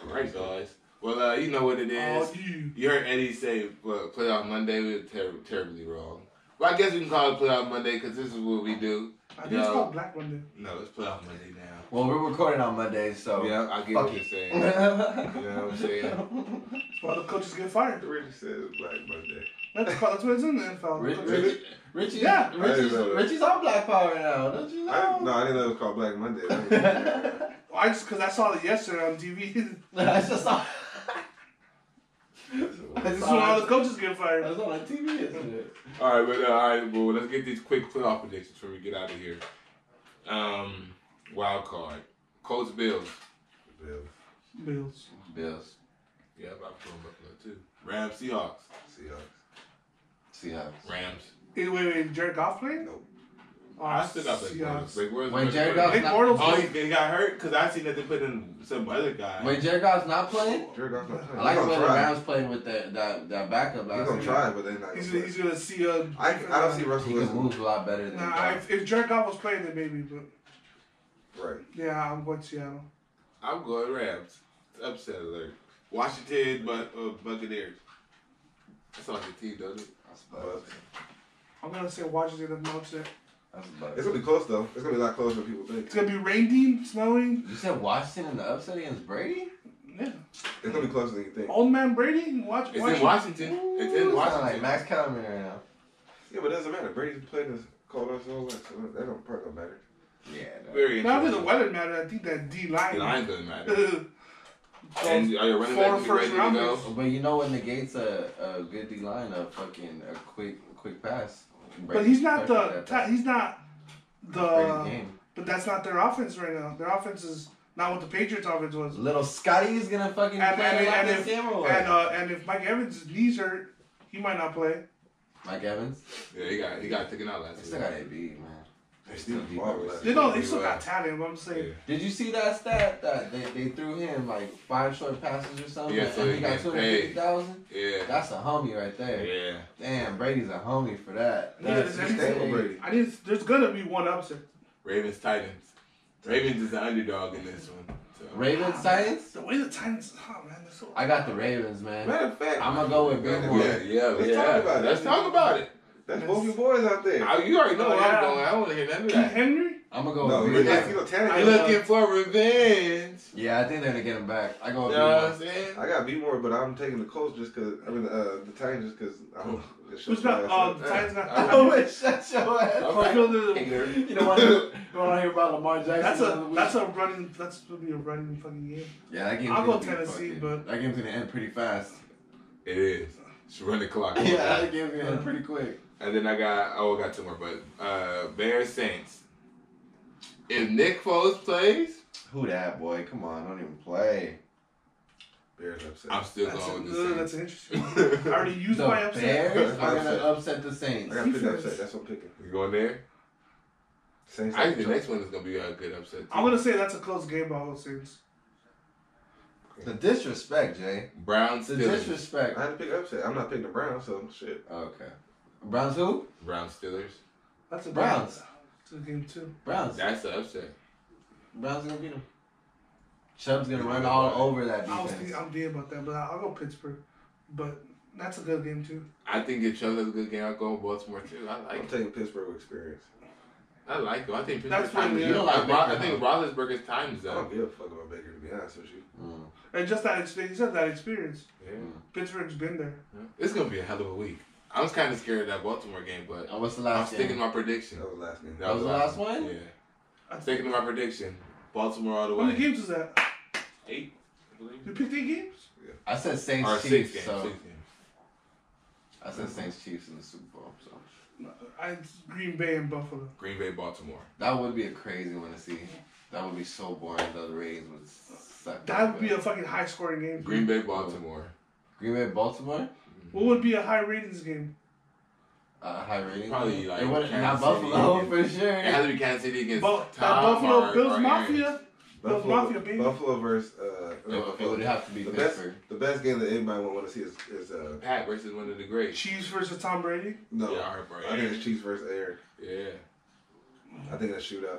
A: all right, guys. Well, uh, you know what it is.
C: Oh, you.
A: You heard Eddie say uh, playoff Monday. We were ter- terribly wrong. Well, I guess we can call it playoff Monday because this is what we do.
C: I think it's
A: No.
C: called Black Monday.
A: No, it's playoff Monday now.
D: Well, we're recording on Mondays, so.
B: Yeah,
A: I get
B: fuck
A: what
B: it.
A: you're saying. You know what I'm
D: yeah.
A: saying?
C: That's why the coaches get fired.
B: Richie says Black Monday.
C: That's, called, that's what it's in the NFL.
D: Rich,
C: The coaches-
D: Rich, Richie,
C: Yeah.
D: Richie's, Richie's on Black Power now. Don't you
B: I, no,
D: know?
B: I didn't know it was called Black Monday.
C: I just because I saw it yesterday on TV.
D: That's just on.
C: This is
D: That's
C: when all the
D: on,
C: coaches get fired.
D: that's on the TV yesterday.
A: All right, but uh, all right, well, let's get these quick playoff predictions before we get out of here. Um, wild card, Colts Bills.
B: Bills,
C: Bills.
D: Bills,
A: Yeah, I'm going Buffalo too. Rams Seahawks.
B: Seahawks.
D: Seahawks.
A: Rams.
C: Hey, wait, wait, Jared Goff playing?
B: Nope.
C: Oh,
A: I still got Blake Bortles.
C: Seahawks.
A: Blake Bortles.
D: When
A: Blake
D: Jared
A: Bortles.
D: Goff's
C: Blake
D: not,
C: Bortles-
A: Oh, he he got hurt because I seen that they put in some other guy.
D: when Jared Goff's not playing,
B: Jared Goff's not playing.
D: I like
B: He's
D: the way
B: gonna
D: the
B: try.
D: Rams played with that that, that backup
B: He's
D: last
B: gonna
D: year.
B: try, but they're not.
C: He's,
B: Gonna
C: gonna- he's
B: play.
C: gonna see a.
B: I, I don't see Russell
D: He can
B: Wilson.
D: move a lot better than
C: Nah,
D: Goff.
C: if, if Jared Goff was playing, then maybe. But
B: Right.
C: yeah, I'm going Seattle.
A: I'm going Rams. It's upset alert. Washington, but uh, Buccaneers. That's all the team, doesn't it?
D: That's bugs.
C: I'm gonna say Washington and upset.
D: That's
B: It's
D: bugs.
B: gonna be close though. It's gonna be a lot closer than people think.
C: It's gonna be raining, snowing.
D: You said Washington in the upset against Brady?
C: Yeah,
B: It's gonna be closer than you think.
C: old man Brady. Watch.
A: It's
C: watch
A: in Washington. It's in
D: Sound
A: Washington.
D: like Max Kellerman right now.
B: Yeah, but it doesn't matter. Brady's played this cold us all life, so that don't probably don't matter.
D: Yeah.
A: Very
C: Not that the
A: interesting.
C: weather matter. I think that D
A: The
C: line.
A: line doesn't matter.
C: and
A: And are your running
C: Four
A: backs ready
C: first
A: to
C: rounders.
A: go?
D: But you know what negates a, a good D line? A fucking a quick quick pass.
C: But he's not the.
D: Brady's
C: ta- He's not the.
D: game.
C: But that's not their offense right now. Their offense is not what the Patriots' offense was.
D: Little Scotty's gonna fucking
C: And,
D: play
C: and,
D: like
C: and,
D: this
C: if,
D: game or what?
C: and, uh, and if Mike Evans' knees hurt, he might not play.
D: Mike Evans.
A: Yeah, he got he got taken out last
D: They
A: week.
D: still got AB, man.
B: Hey, Steven Ball left.
C: They don't. They
A: Yeah,
C: still
A: well.
C: got talent. But I'm saying.
A: Yeah.
D: Did you see that stat that they, they threw him like five short passes or something?
A: Yeah, so
D: and
A: he
D: he got
A: gets
D: two
A: paid.
D: hundred fifty thousand.
A: Yeah.
D: That's a homie right there.
A: Yeah.
D: Damn, Brady's a homie for that.
C: Yeah,
D: That's
C: that's
D: insane.
B: Stable Brady.
C: I need. There's gonna be one upset.
A: Ravens Titans. Ravens is the underdog in this one. So.
D: Ravens Titans.
C: The way the Titans, oh man, that's so.
D: I got the Ravens, man.
B: Matter of fact,
D: I'm gonna go with Bill Moore.
A: Yeah, yeah,
B: Let's
A: yeah.
B: talk about it.
A: Let's talk about it.
B: that's both you boys out there.
A: I, you already know where
C: Yeah.
A: I'm going. I don't want to hear none of
C: Keith
A: that.
C: Henry,
D: I'm gonna go
B: no,
D: with
B: really,
D: Bill
B: like, you
D: Moore.
B: know, Tannehill.
A: I'm looking for revenge.
D: Yeah, I think they're gonna get him back. I go
A: You
D: with
A: know
D: Bill
A: what I'm
D: Moore.
A: saying?
B: I got B more, but I'm taking the Colts just because I mean uh, the Titans just because I hope it shuts
C: Who's got-
B: my ass
C: um,
B: up.
C: Titans got- Oh,
A: All right.
D: Oh, wait, shut your ass.
A: All right.
C: Fielder.
A: Ignorant.
D: You don't want to want to hear about Lamar Jackson.
C: That's
D: the other
C: a
D: week.
C: that's a running that's gonna be a running fucking game.
D: yeah. That game's
C: I'll go
D: gonna be
C: Tennessee,
D: fucking-
C: but-
D: that game's gonna end pretty fast.
A: It is. It's run the clock.
D: Yeah, that game's gonna end pretty quick.
A: And then I got oh I got two more, but uh Bears Saints. If Nick Foles plays,
D: Who that boy? Come on, don't even play.
B: Bears upset.
A: I'm still
C: That's, a,
A: going with
C: uh,
A: the
C: that's
A: Saints.
C: an interesting. one. I already used
D: the
C: my upset.
D: Bears are gonna
B: Upset.
D: upset the
B: I
D: Saints.
B: got picked
C: defense.
B: upset. That's what I'm picking.
A: You going there?
B: Saints.
A: I think the next one is gonna be a good upset. too.
C: I'm gonna say that's a close game by all Saints.
D: The disrespect, Jay.
A: Brown
D: The
A: Steelers.
D: disrespect.
B: I had to pick upset. I'm not picking the Browns, so shit.
D: Okay. Browns who?
A: Brown Steelers.
C: That's a game.
D: Browns.
C: It's a game too.
D: Browns.
A: That's the upset.
D: Browns gonna beat him. Chubb's gonna run all over that
C: I was thinking,
D: defense.
C: I'm dead about that, but I'll go Pittsburgh. But that's a good game too.
A: I think if Chubb has a good game, I'll go with Baltimore too. I
B: I'm
A: like
B: taking Pittsburgh with experience.
A: I like him. I think
C: That's
A: Pittsburgh's time
C: what
A: is
C: we
A: up.
D: don't like
A: I, Ro- I
D: Baker,
A: think Roethlisberger's time is
B: I don't
A: up.
B: give a fuck about Baker to be honest with you.
D: Mm.
C: And just that experience, you said that experience.
A: Yeah.
C: Pittsburgh's been there.
A: yeah. It's gonna be a hell of a week. I was kind of scared of that Baltimore game, but
D: And Uh, what's the
A: I'm
D: last
A: sticking to
D: game?
A: my prediction.
B: That was the last game.
D: That was the last one?
A: Yeah.
C: I-
A: I'm sticking to my prediction. Baltimore all the
C: How many
A: way.
C: games was that?
A: Eight. I believe.
C: You picked eight games?
D: I said Saints
A: Or
D: Chiefs,
A: six games.
D: so
A: Six games.
D: I said Saints Chiefs in the Super Bowl. So
C: No, I, it's Green Bay and Buffalo.
A: Green Bay, Baltimore.
D: that would be a crazy one to see. That would be so boring. though. The Ravens would suck.
C: That would be a fucking high scoring game.
A: Green Bay, Baltimore.
D: Green Bay, Baltimore.
C: What would be a high ratings game?
D: uh, high rating.
A: Probably, like,
D: it would not
A: Kansas
D: Buffalo
A: City.
D: for sure.
A: It has to be Kansas City against
C: Bo- that
A: Tom
C: Buffalo
A: or-
C: Bills
A: or Aaron.
C: Mafia. Bills
B: Buffalo,
C: Mafia, baby.
B: Buffalo versus uh,
D: It, would- it would have to be
B: the best.
D: Pittsburgh.
B: The best game that anybody would want to see is, is uh,
A: Pat versus one of the greats.
C: Chiefs versus Tom Brady.
B: no.
A: Yeah, I heard about
B: I think
A: Aaron.
B: it's Chiefs versus Aaron.
A: Yeah.
B: I think it's a shootout.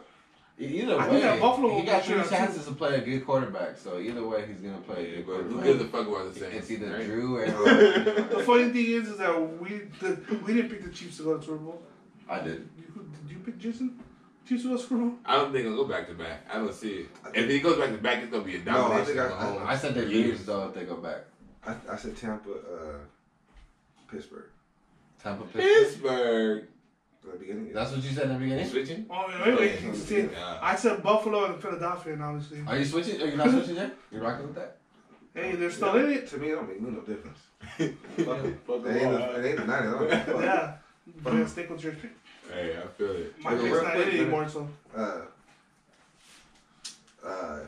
D: E- Either
C: I
D: way,
C: think that Buffalo
D: he
C: will
D: got
C: be
D: three
C: sure, too.
D: chances to play a good quarterback. So either way, he's gonna play a
A: Yeah,
D: good
A: but who
D: quarterback.
A: gives a fuck about the Saints?
D: It's either
A: right?
D: Drew or
C: The funny thing is, is that we the, we didn't pick the Chiefs to go to Super Bowl.
D: I did.
C: You, who- did you pick Jason? Chiefs to go to Super Bowl?
A: I don't think it'll go back to back. I don't see it. If he goes back to back, it's gonna be a
B: No, I
A: domination.
B: think I-
A: of Mahomes.
D: I said they
A: Yeah.
D: lose though if they go back.
B: I, I said Tampa, uh, Pittsburgh.
D: Tampa Pittsburgh.
A: Pittsburgh
B: At the beginning, yeah.
D: That's what you said in the beginning.
A: switching.
C: Oh, wait, wait, you can see it.
A: Yeah.
C: I said Buffalo and Philadelphia, and obviously,
D: Are you switching? Are you not switching yet? You rocking with that?
C: hey, they're still in it.
B: To me, it don't make no difference.
A: Fuck
B: It ain't, the, it
A: them
B: ain't the night at all. Fuck.
C: Yeah, but gonna stick with your pick.
A: all. Hey, I feel it.
C: My
B: Hey,
C: pick's
B: real
C: not
B: quick,
C: in it anymore, so
B: Uh, uh,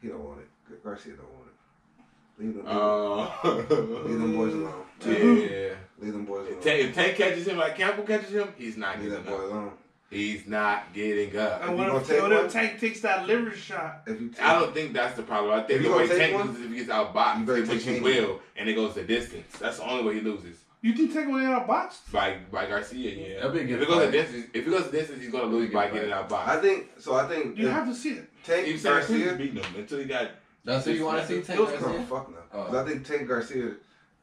B: he don't want it. Garcia don't want it. Leave them.
A: Uh, Oh,
B: leave them boys alone.
A: yeah.
B: Leave them boys alone.
A: If Tank, if Tank catches him, like Campbell catches him, he's not
B: Leave
A: getting
B: that
A: up.
B: boy alone.
A: He's not getting up.
C: and
B: you
C: what
B: gonna
C: if,
B: take
C: what if
B: one?
C: Tank takes that liver shot?
B: If you take,
A: I don't think that's the problem. I think
B: If you
A: the way
B: gonna take
A: Tank
B: one,
A: loses is if he gets
B: you
A: outboxed,
B: better
A: which
B: take
A: he
B: Tank.
A: will, and it goes the distance. That's the only way he loses.
C: You think Tank will get out boxed?
A: By by Garcia, yeah.
D: That'd be a good
A: if it goes
D: fight.
A: the distance, if it goes the distance, he's gonna lose
D: That'd be a
A: by
D: good
A: getting
B: I
A: outboxed.
B: think so. I think
C: You
B: if
C: have to see it.
A: Even
B: Tank
A: Sarah Smith
B: Garcia.
A: beating him until he got
D: That's who you want to see take
B: Those no,
D: Garcia?
B: fuck no.
D: Oh.
B: 'Cause I think Tank Garcia.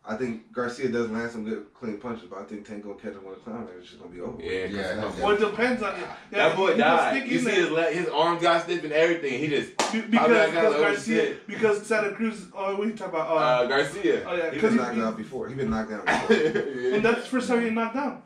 B: I think Garcia does land some good clean punches, but I think Tank gonna catch him with a clown and it's just gonna be over.
A: yeah.
D: Yeah,
A: Garcia.
D: yeah.
C: Well, it depends on yeah,
A: That boy
C: he was
A: died.
C: thinking
A: You see
C: that-
A: his le- his arm got stiff and everything. He just
C: Be-
A: Probably
C: because,
A: I got
C: because
A: a little
C: Garcia,
A: shit.
C: because Santa Cruz. Oh, we talk about. Uh,
A: uh, Garcia.
C: oh yeah,
B: He's
C: because
B: been
C: he,
B: knocked out before. He's been knocked down before.
C: and
A: Yeah.
C: that's the first time he knocked down.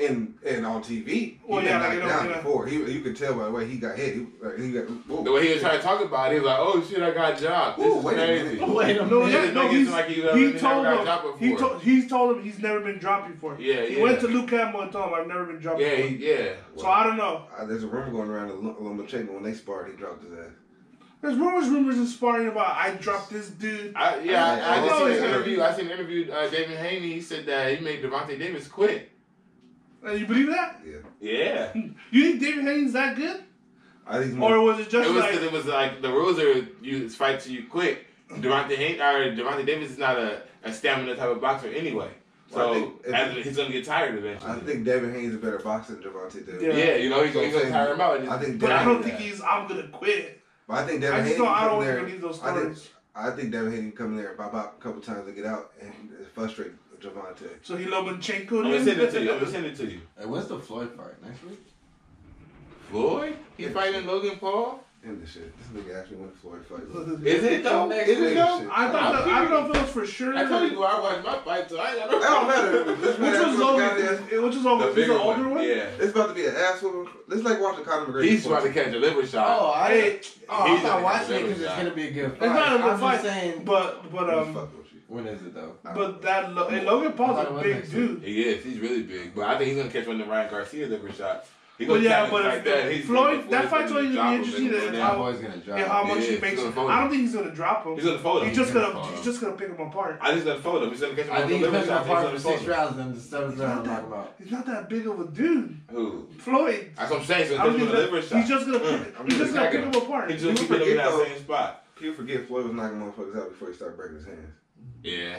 B: and and on TV, he
C: Well,
B: been
C: yeah, like,
B: knocked
C: you know,
B: down
C: you know.
B: before. He, you could tell by the way he got hit. He, like, he got whoa,
A: The way he was trying to talk about it, he was like, "Oh shit, I got job. This
B: Ooh,
A: is
B: wait a
A: crazy."
B: minute.
D: Wait a
C: No,
A: He
C: no,
A: just
C: no
A: make it
C: he's,
A: seem like he
C: he,
A: never- he never
C: told
A: got
C: him.
A: dropped
C: He
A: before.
C: told he's told him he's never been dropped before.
A: Yeah,
C: He
A: yeah.
C: went to Luke Campbell and told him I've never been dropped.
A: Yeah,
C: before.
A: he, yeah.
C: So I don't know.
B: Uh, there's a rumor going around that Lo- Lomachenko when they sparred, he dropped his ass.
C: There's rumors, rumors, and sparring about I dropped this dude.
A: I, yeah, I, I,
B: I
A: just
B: know
A: seen
B: it's
A: an
B: her.
A: interview. I seen an interview. Uh, David Haney he said that he made Devontae Davis quit.
C: Uh, you believe that?
B: Yeah,
A: Yeah, it
C: You think David Haynes that good,
B: I think he's more,
C: or was it just
A: was
C: like?
A: because it was like the rules are you fight till you quit. Devontae Haney or Devontae Davis is not a, a stamina type of boxer anyway,
B: Well, I
A: so
B: think if-
A: as- he's gonna get tired eventually.
B: I think Devin Haynes is a better boxer than Javante Davis.
C: Yeah.
A: Yeah, you know, he's, he's gonna tire him out. and just
B: I think
C: but I
B: Devin-
C: don't think he's. I'm gonna quit.
B: But I think Devin
C: I just
B: Haney
C: don't. I
B: come
C: don't
B: there-
C: believe those
B: I
C: stories.
B: think, I think Devin Haney can come in there and bop out a couple times to get out and frustrate Javante.
C: So he Lomachenko.
A: I'm gonna send it to you. I'm gonna send it to you.
D: Hey, when's the Floyd fight next week?
A: Floyd? He
B: Yeah.
A: fighting Logan Paul?
B: End this shit. This nigga actually went to Floyd fight.
A: Is it though?
D: Next
A: Is it
D: week.
A: though?
C: I thought.
A: I'm
C: That, I don't know if it was for sure.
A: I told you I watched my fight, so I ain't got
B: It
A: no.
B: don't matter.
C: Which
B: This man
C: was
B: actually got
C: Logan?
B: his-
C: Which was Logan? The, the older one.
A: Yeah.
B: It's about to be an ass whooping. It's like watching Conor McGregor.
A: He's about to catch a liver shot.
D: Oh, I
C: Hey,
D: Oh,
A: he's
D: I'm not
A: a-
D: watching it because
A: he's
D: it's
A: a-
D: gonna be a good
C: It's
D: fight.
C: not a good
D: I'm
C: fight,
D: Just saying,
C: but but
B: Who the
C: um,
B: fuck with you?
D: when is it though?
B: I don't know.
C: but that Lo- and Logan Paul's a
D: Why- why
C: big
D: next
C: dude.
A: He is. He's really big, but I think he's gonna catch one of Ryan Garcia liver shots. He
C: Well,
A: gonna
C: yeah,
A: challenge
C: but
A: like
C: if-
A: that.
C: if
A: He's
C: Floyd-
A: gonna-
C: that fight's
A: Floyd's
C: only gonna be
A: drop
C: interesting
A: him and go
C: that
D: That
C: how-
A: down.
D: boy's gonna drop.
C: And how
D: it.
C: much
A: Yeah,
C: he
A: he's
C: makes?
A: gonna fold
C: I
A: him.
C: don't think he's gonna drop him.
A: He's gonna fold
C: He's
A: him.
C: just
D: gonna
C: gonna
D: fold
C: he's
D: him.
C: just gonna pick him apart.
A: I just gonna fold him. He's gonna catch him
D: I
A: with
D: think
A: the
D: he's
A: liver
D: picking
A: shot.
D: apart for
A: He's gonna
D: six
A: fold him.
D: rounds, then the seventh
C: He's not
D: round. I'm
C: that
D: talking about.
C: he's not that big of a dude.
A: Who?
C: Floyd.
A: That's what I'm saying. He's
C: I
A: gonna catch him
C: don't think
A: with a liver
C: that,
A: shot.
C: he's just gonna
A: Mm.
C: he's just gonna pick him apart.
A: He's just gonna keep him in that same spot.
B: People forget Floyd was knocking motherfuckers out before he started breaking his hands.
A: Yeah.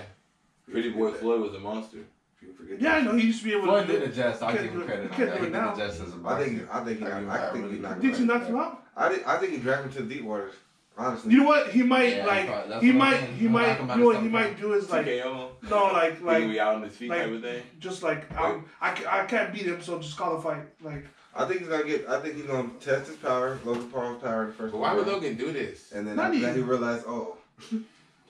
B: People
A: Pretty boy
B: forget that.
A: Floyd was a monster.
B: People forget
C: Yeah, I
B: that.
C: know he used to be able
D: Floyd
C: to
D: did
C: do it.
D: adjust. I
C: Can't
D: give
C: do
D: him
C: it-
D: credit on
C: can't
D: that.
C: do
D: He
C: it
D: did
C: now.
D: adjust as a
B: I
D: boxer.
B: think I think he,
D: I
B: I,
D: mean,
B: I,
D: I
B: think
D: really
B: he knocked
C: Did you
B: him out.
C: knock him out?
B: I, think- I think he dragged him to the deep waters. Honestly,
C: You know what? He might
D: Yeah,
C: like
D: probably- that's
C: he
D: what I'm
C: might
D: saying.
C: he
D: Knock
C: might
D: him
C: you
D: out
C: know
D: or
C: what he might
D: something.
C: do is like
A: TKO him.
C: no like
A: Like,
C: like
A: we out on his feet
C: like-
A: type of thing.
C: just like I'm, I ca- I can't beat him so just call the fight like
B: I think he's gonna get. I think he's gonna test his power, Logan Paul's power in the first.
A: But why would
B: round.
A: Logan do this?
B: And then
C: Not
B: after that, he
C: even.
B: realized, oh,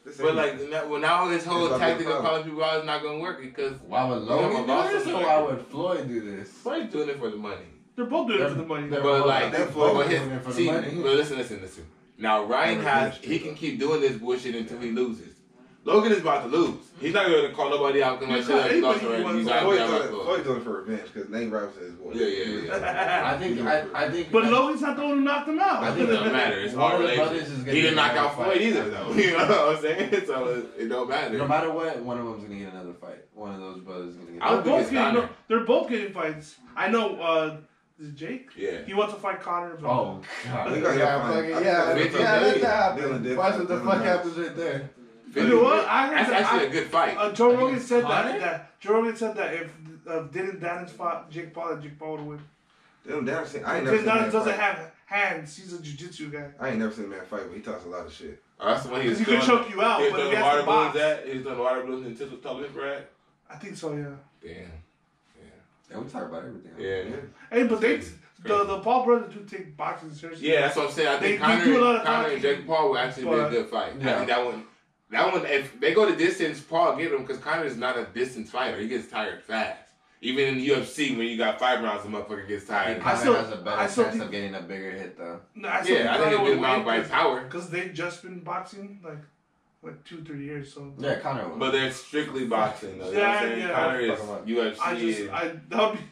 B: this
A: But
B: ain't-
A: like now- well, now this whole
B: It's not
A: tactic
B: their
A: of
B: problem.
A: calling people out is not gonna work because
D: Why would
A: Yeah,
D: Logan
A: but
D: do this
A: Boston-
D: or why would Floyd do this?
A: Floyd's doing it for the money.
C: they're both doing it for the money.
D: They're
A: But
D: both-
A: like,
D: they're
B: that
A: but
B: Floyd
D: both
A: his,
D: doing it for
A: see,
D: the money.
A: but listen, listen, listen. Now Ryan
B: Never
A: has
B: finished,
A: he
B: though.
A: can keep doing this bullshit until he loses. Logan is about to lose. He's not going to call nobody out because
C: He's
A: shit
C: not-
A: up. He's
C: anybody
A: lost already.
C: wants
A: He's
C: to-
A: out
B: Floyd
A: there.
B: doing,
A: I'm
B: it,
A: out.
B: Floyd doing it for revenge because Nate Robinson is his boy.
A: Yeah, yeah,
D: I think I, I think
C: But Logan's not the one who knocked him out.
D: I
A: It doesn't matter. It's all
D: One of the
A: related.
D: brothers is gonna
A: He didn't
D: get
A: knock
D: another
A: out Floyd
D: fight.
A: either, though. You know what I'm saying? So it- it don't matter.
D: no matter what, one of them's gonna get another fight. One of those brothers is gonna get.
A: I
C: they're
A: don't think
D: another
C: both
A: it's
C: getting.
A: Connor.
C: No, they're both getting fights. I know. Uh, is it Jake?
A: Yeah.
C: He wants to fight Connor. But
D: Oh god.
B: We got
D: yeah,
B: your
D: fucking,
B: fine.
D: yeah,
A: I think
D: yeah,
A: we got
D: let
A: your
D: that
B: fine. Dylan
D: happen.
B: did-
D: Watch what the
B: Dylan
D: fuck
B: did.
D: happens right there.
C: you know what? I heard
A: That's
C: that.
A: actually a
C: I-
A: good fight.
C: uh, Joe Rogan
D: Oh, Against
C: said that,
D: Connor?
C: that. Joe Rogan said that if uh, didn't Dennis fought Jake Paul, that Jake Paul would win.
B: Dylan Dennison, I ain't never
C: Because
B: seen that
C: Dennis doesn't
B: fight.
C: have hands. He's a jujitsu guy.
B: I ain't never seen that fight, but he talks a lot of shit.
A: Oh, that's the one he was
C: Because he could
A: doing-
C: choke you out,
A: He was
C: but
A: doing
C: he
A: the
C: has
A: water
C: to
A: balloons
C: box.
A: at. He was doing the water balloons and tilt television, right?
C: I think so. Yeah.
A: Damn.
D: Yeah, we talk about everything.
A: Yeah.
C: Hey, but they
A: Crazy.
C: the the Paul brothers do take boxing seriously.
A: Yeah, that's what I'm saying. I
C: They-
A: think
C: they do a lot
A: Conor,
C: of
A: Conor
C: talking,
A: and Jake Paul would actually
C: but-
A: be a good fight. I
D: Yeah.
A: think that one, that one, if they go to distance, Paul get him because Conor is not a distance fighter. He gets tired fast. Even in the UFC, when you got five rounds, the motherfucker gets
D: I
A: tired.
D: think
C: I
D: Connor
C: still-
D: has a better
C: I still
D: chance
C: think-
D: of getting a bigger hit though.
C: No, I still
A: Yeah, I think
C: Conor
A: it's
C: would
A: good amount by
C: win
A: power,
C: because they just been boxing like what two three years. So
D: Yeah, Connor will.
A: but they're strictly boxing. Though, you know what
C: Yeah,
A: I'm saying?
C: yeah.
A: Conor is
D: Fuck him up.
A: UFC.
C: I just I that would be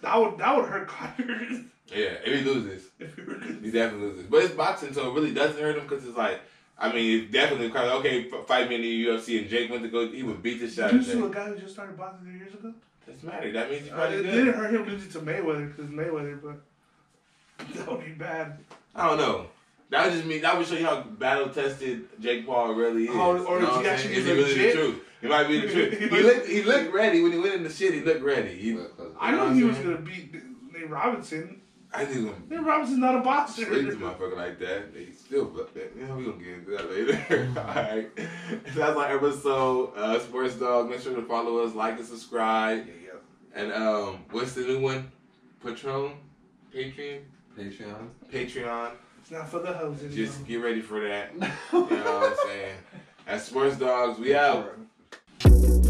C: that would that would hurt Connor
A: yeah, if he loses,
C: if he were to
A: he definitely loses. But it's boxing, so it really doesn't hurt him because it's like, I mean, it definitely. Conor, okay, f- fight me in the UFC, and Jake went to go, he would beat the shit out of
C: lose to a
A: Jake.
C: guy who just started boxing three years ago.
A: Doesn't matter. That means he's
C: Uh,
A: probably
C: it
A: good.
C: didn't hurt him losing to Mayweather because Mayweather, but that would be bad.
A: I don't know. That would just mean that would show you how battle tested Jake Paul really is.
C: Or- or
A: You know
C: is he
A: what I'm
C: actually
A: saying? is he really
C: legit?
A: the truth? He might be the truth.
C: He
A: he
C: might-
A: looked he looked ready when he went in the shit. He looked ready. He,
C: I
A: You know
C: know
A: what
C: he
A: I'm
C: was
A: saying?
C: gonna beat Nate Robinson.
A: I think he's gonna
C: Nate Robinson's not a boxer.
A: sleep this motherfucker like that. He still fucked that. Yeah, we gonna get into that later. All right. That's our episode. Uh, Sports Dog. Make sure to follow us, like and subscribe.
B: Yeah, yeah.
A: And um, what's the new one? Patron, Patreon,
D: Patreon.
A: Patreon.
C: It's not for the houses.
A: Just get ready for that. You know what I'm saying? As sports dogs, we out.